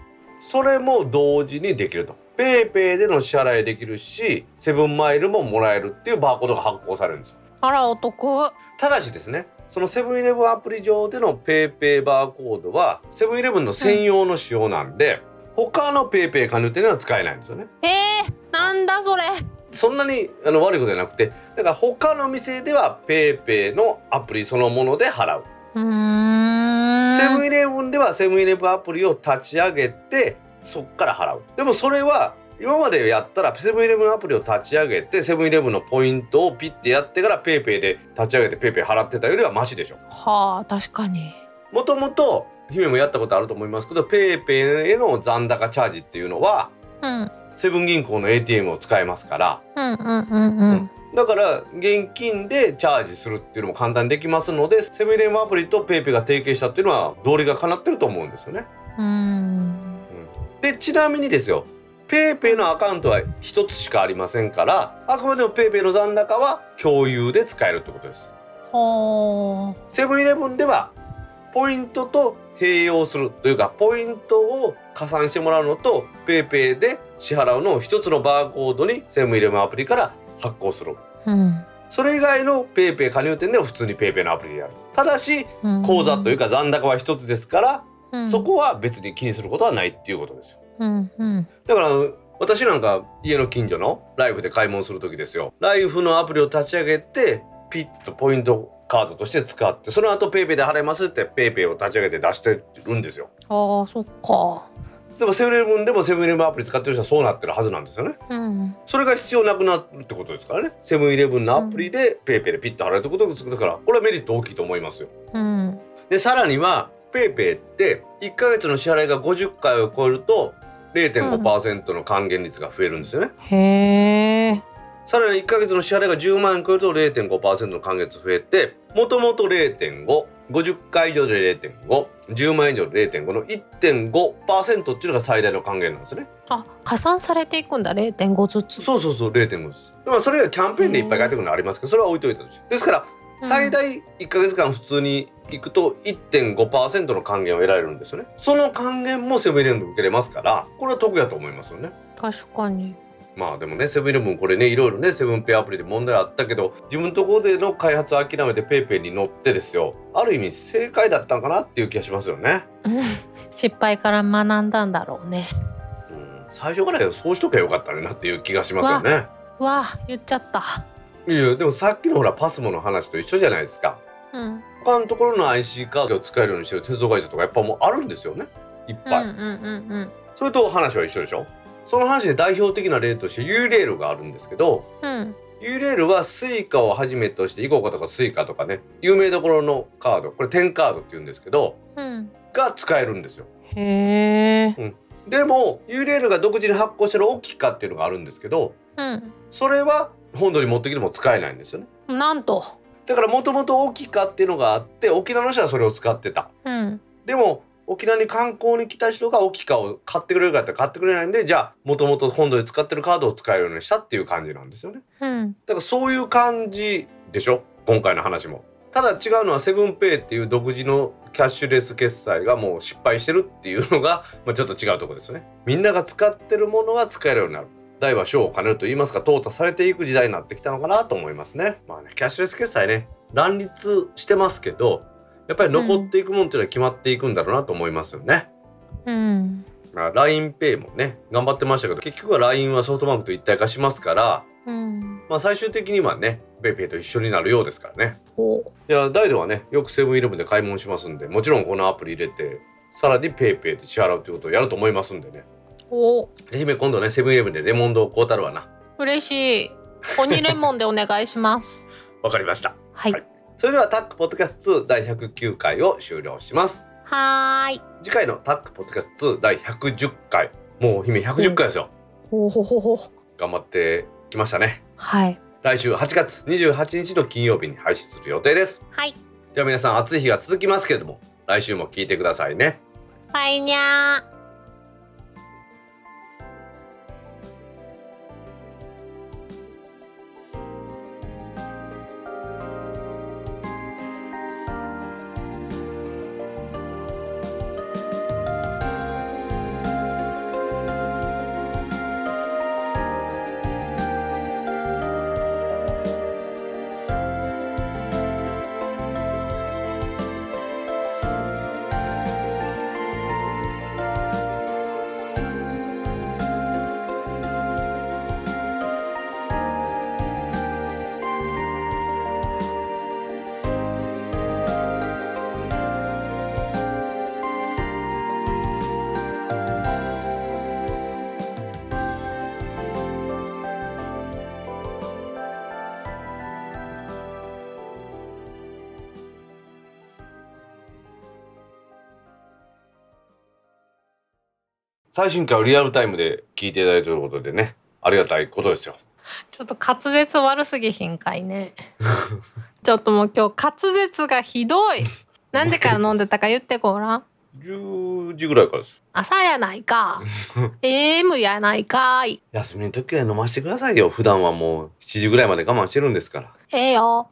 [SPEAKER 2] それも同時にできると PayPay での支払いできるしセブンマイルももらえるっていうバーコードが発行されるんですよ
[SPEAKER 1] あらお得
[SPEAKER 2] ただしですねそのセブンイレブンアプリ上での PayPay バーコードはセブンイレブンの専用の仕様なんで、他の PayPay 加入店では使えないんですよね
[SPEAKER 1] えー、なんだそれ
[SPEAKER 2] そんなにあの悪いことじゃなくてだから他の店では PayPay のアプリそのもので払う、
[SPEAKER 1] う
[SPEAKER 2] セブ
[SPEAKER 1] ーん
[SPEAKER 2] ンイレブンではセブンイレブンアプリを立ち上げてそっから払うでもそれは今までやったらセブンイレブンアプリを立ち上げてセブンイレブンのポイントをピッてやってから PayPay で立ち上げて PayPay 払ってたよりはマシでしょ
[SPEAKER 1] はあ確かに
[SPEAKER 2] もともと姫もやったことあると思いますけど PayPay への残高チャージっていうのは
[SPEAKER 1] うん
[SPEAKER 2] セブン銀行の ATM を使えますから
[SPEAKER 1] うんうんうんうん
[SPEAKER 2] だから現金でチャージするっていうのも簡単にできますのでセブンイレブンアプリと PayPay が提携したっていうのは道理がかなってると思うんですよね。
[SPEAKER 1] うん
[SPEAKER 2] でちなみにですよ PayPay のアカウントは1つしかありませんからあくまでも PayPay の残高は共有で使えるってことです。
[SPEAKER 1] ほ
[SPEAKER 2] セブンイレブンではポイントと併用するというかポイントを加算してもらうのと PayPay で支払うのを一つのバーコードにセブンイレブンアプリから発行する
[SPEAKER 1] ううん
[SPEAKER 2] それ以外の PayPay 加入店では普通に PayPay のアプリでやるただし
[SPEAKER 1] うん
[SPEAKER 2] 口座というか残高は一つですから、
[SPEAKER 1] うん
[SPEAKER 2] そこは別に気にすることはないっていうことですよ
[SPEAKER 1] うんうん
[SPEAKER 2] だから私なんか家の近所のライフで買い物する時ですよライフのアプリを立ち上げてピッとポイントカードとして使ってその後ペイペイで払いますってペイペイを立ち上げて出してるんですよ
[SPEAKER 1] ああそっか
[SPEAKER 2] でもセブンイレブンでもセブンイレブンアプリ使ってる人はそうなってるはずなんですよね
[SPEAKER 1] うん
[SPEAKER 2] それが必要なくなるってことですからねセブンイレブンのアプリでペイペイでピッと払えるってことですからこれはメリット大きいと思いますよ
[SPEAKER 1] うん
[SPEAKER 2] でさらにはペイペイって1ヶ月の支払いが50回を超えると0.5%の還元率が増えるんですよね、
[SPEAKER 1] へえ
[SPEAKER 2] さらに1ヶ月の支払いが10万円超えると0.5%の還元率増えてもともと0.5 50回以上で0.510万円以上で0.5の1.5%っていうのが最大の還元なんですね
[SPEAKER 1] あ加算されていくんだ0.5ずつ
[SPEAKER 2] そうそうそう0.5ですまあそれがキャンペーンでいっぱい返ってくるのありますけどそれは置いといたとしてですから最大1か月間普通に行くと1.5%の還元を得られるんですよねその還元もセブンイレブンで受けれますからこれは得やと思いますよね
[SPEAKER 1] 確かに
[SPEAKER 2] まあでもねセブンイレブンこれねいろいろねセブンペイアプリで問題あったけど自分のところでの開発を諦めてペイペイに乗ってですよある意味正解だったのかなっていう気がしますよね、
[SPEAKER 1] うん失敗から学んだんだろうね
[SPEAKER 2] うん、最初からそうしとけばよかったねなっていう気がしますよね
[SPEAKER 1] うわあ言っちゃった
[SPEAKER 2] いやでもさっきのほらパスモの話と一緒じゃないですか
[SPEAKER 1] うん
[SPEAKER 2] 他のところの IC カードを使えるようにしてる鉄道会社とかやっぱもうあるんですよねい
[SPEAKER 1] うん
[SPEAKER 2] っ
[SPEAKER 1] う
[SPEAKER 2] ぱい、
[SPEAKER 1] んうんうん
[SPEAKER 2] それと話は一緒でしょその話で代表的な例として U レールがあるんですけど
[SPEAKER 1] うん
[SPEAKER 2] ユーレールはスイカをはじめとしてイコカとかスイカとかね有名どころのカードこれ10カードって言うんですけど
[SPEAKER 1] うん
[SPEAKER 2] が使えるんですよ
[SPEAKER 1] へえ
[SPEAKER 2] でもユーレールが独自に発行してる大きいカっていうのがあるんですけど
[SPEAKER 1] う
[SPEAKER 2] それは本土に持ってきても使えないんですよね
[SPEAKER 1] んなんと
[SPEAKER 2] だからもともと大きいカっていうのがあって沖縄の人はそれを使ってた
[SPEAKER 1] うん
[SPEAKER 2] でも沖縄に観光に来た人が大きいカを買ってくれるかって買ってくれないんでじゃあもともと本土で使ってるカードを使えるようにしたっていう感じなんですよね
[SPEAKER 1] うん
[SPEAKER 2] だからそういう感じでしょ今回の話もただ違うのはセブンペイっていう独自のキャッシュレス決済がもう失敗してるっていうのが、まあ、ちょっと違うところですよねみんなが使ってるものが使えるようになる大は小を兼ねると言いますか淘汰されていく時代になってきたのかなと思いますねまあねキャッシュレス決済ね乱立してますけどやっぱり残っていくもんっていうのは決まっていくんだろうなと思いますよね、
[SPEAKER 1] うん
[SPEAKER 2] まあ LINEPay もね頑張ってましたけど結局は LINE はソフトバンクと一体化しますから
[SPEAKER 1] うん
[SPEAKER 2] まあ、最終的にはねペイペイと一緒になるようですからね
[SPEAKER 1] お
[SPEAKER 2] いや大イドはねよくセブンイレブンで買い物しますんでもちろんこのアプリ入れてさらにペイペイで支払うということをやると思いますんでね
[SPEAKER 1] お
[SPEAKER 2] ぜひね今度ねセブンイレブンでレモンドを買うたるわな
[SPEAKER 1] 嬉しい鬼レモンでお願いします [LAUGHS]
[SPEAKER 2] わかりました
[SPEAKER 1] はい
[SPEAKER 2] はいそれではタックポッドキャスト2第109回を終了します
[SPEAKER 1] はーい
[SPEAKER 2] 次回のタックポッドキャスト2第110回もう姫110回ですよ
[SPEAKER 1] ほほほほ
[SPEAKER 2] 頑張ってきましたね
[SPEAKER 1] はい
[SPEAKER 2] 来週8月28日の金曜日に配信する予定です
[SPEAKER 1] はい
[SPEAKER 2] では皆さん暑い日が続きますけれども来週も聞いてくださいね
[SPEAKER 1] ファイニャー
[SPEAKER 2] 最新回をリアルタイムで聞いていただいていることでねありがたいことですよ
[SPEAKER 1] ちょっと滑舌悪すぎひんかい [LAUGHS] ね。ちょっともう今日滑舌がひどい。何時から飲んでたか言ってご [LAUGHS] らん。
[SPEAKER 2] 10時ぐらいからです
[SPEAKER 1] 朝やないか。AM やないかい。
[SPEAKER 2] 休みの時は飲ませてくださいよ普段はもう7時ぐらいまで我慢してるんですから
[SPEAKER 1] ええよ。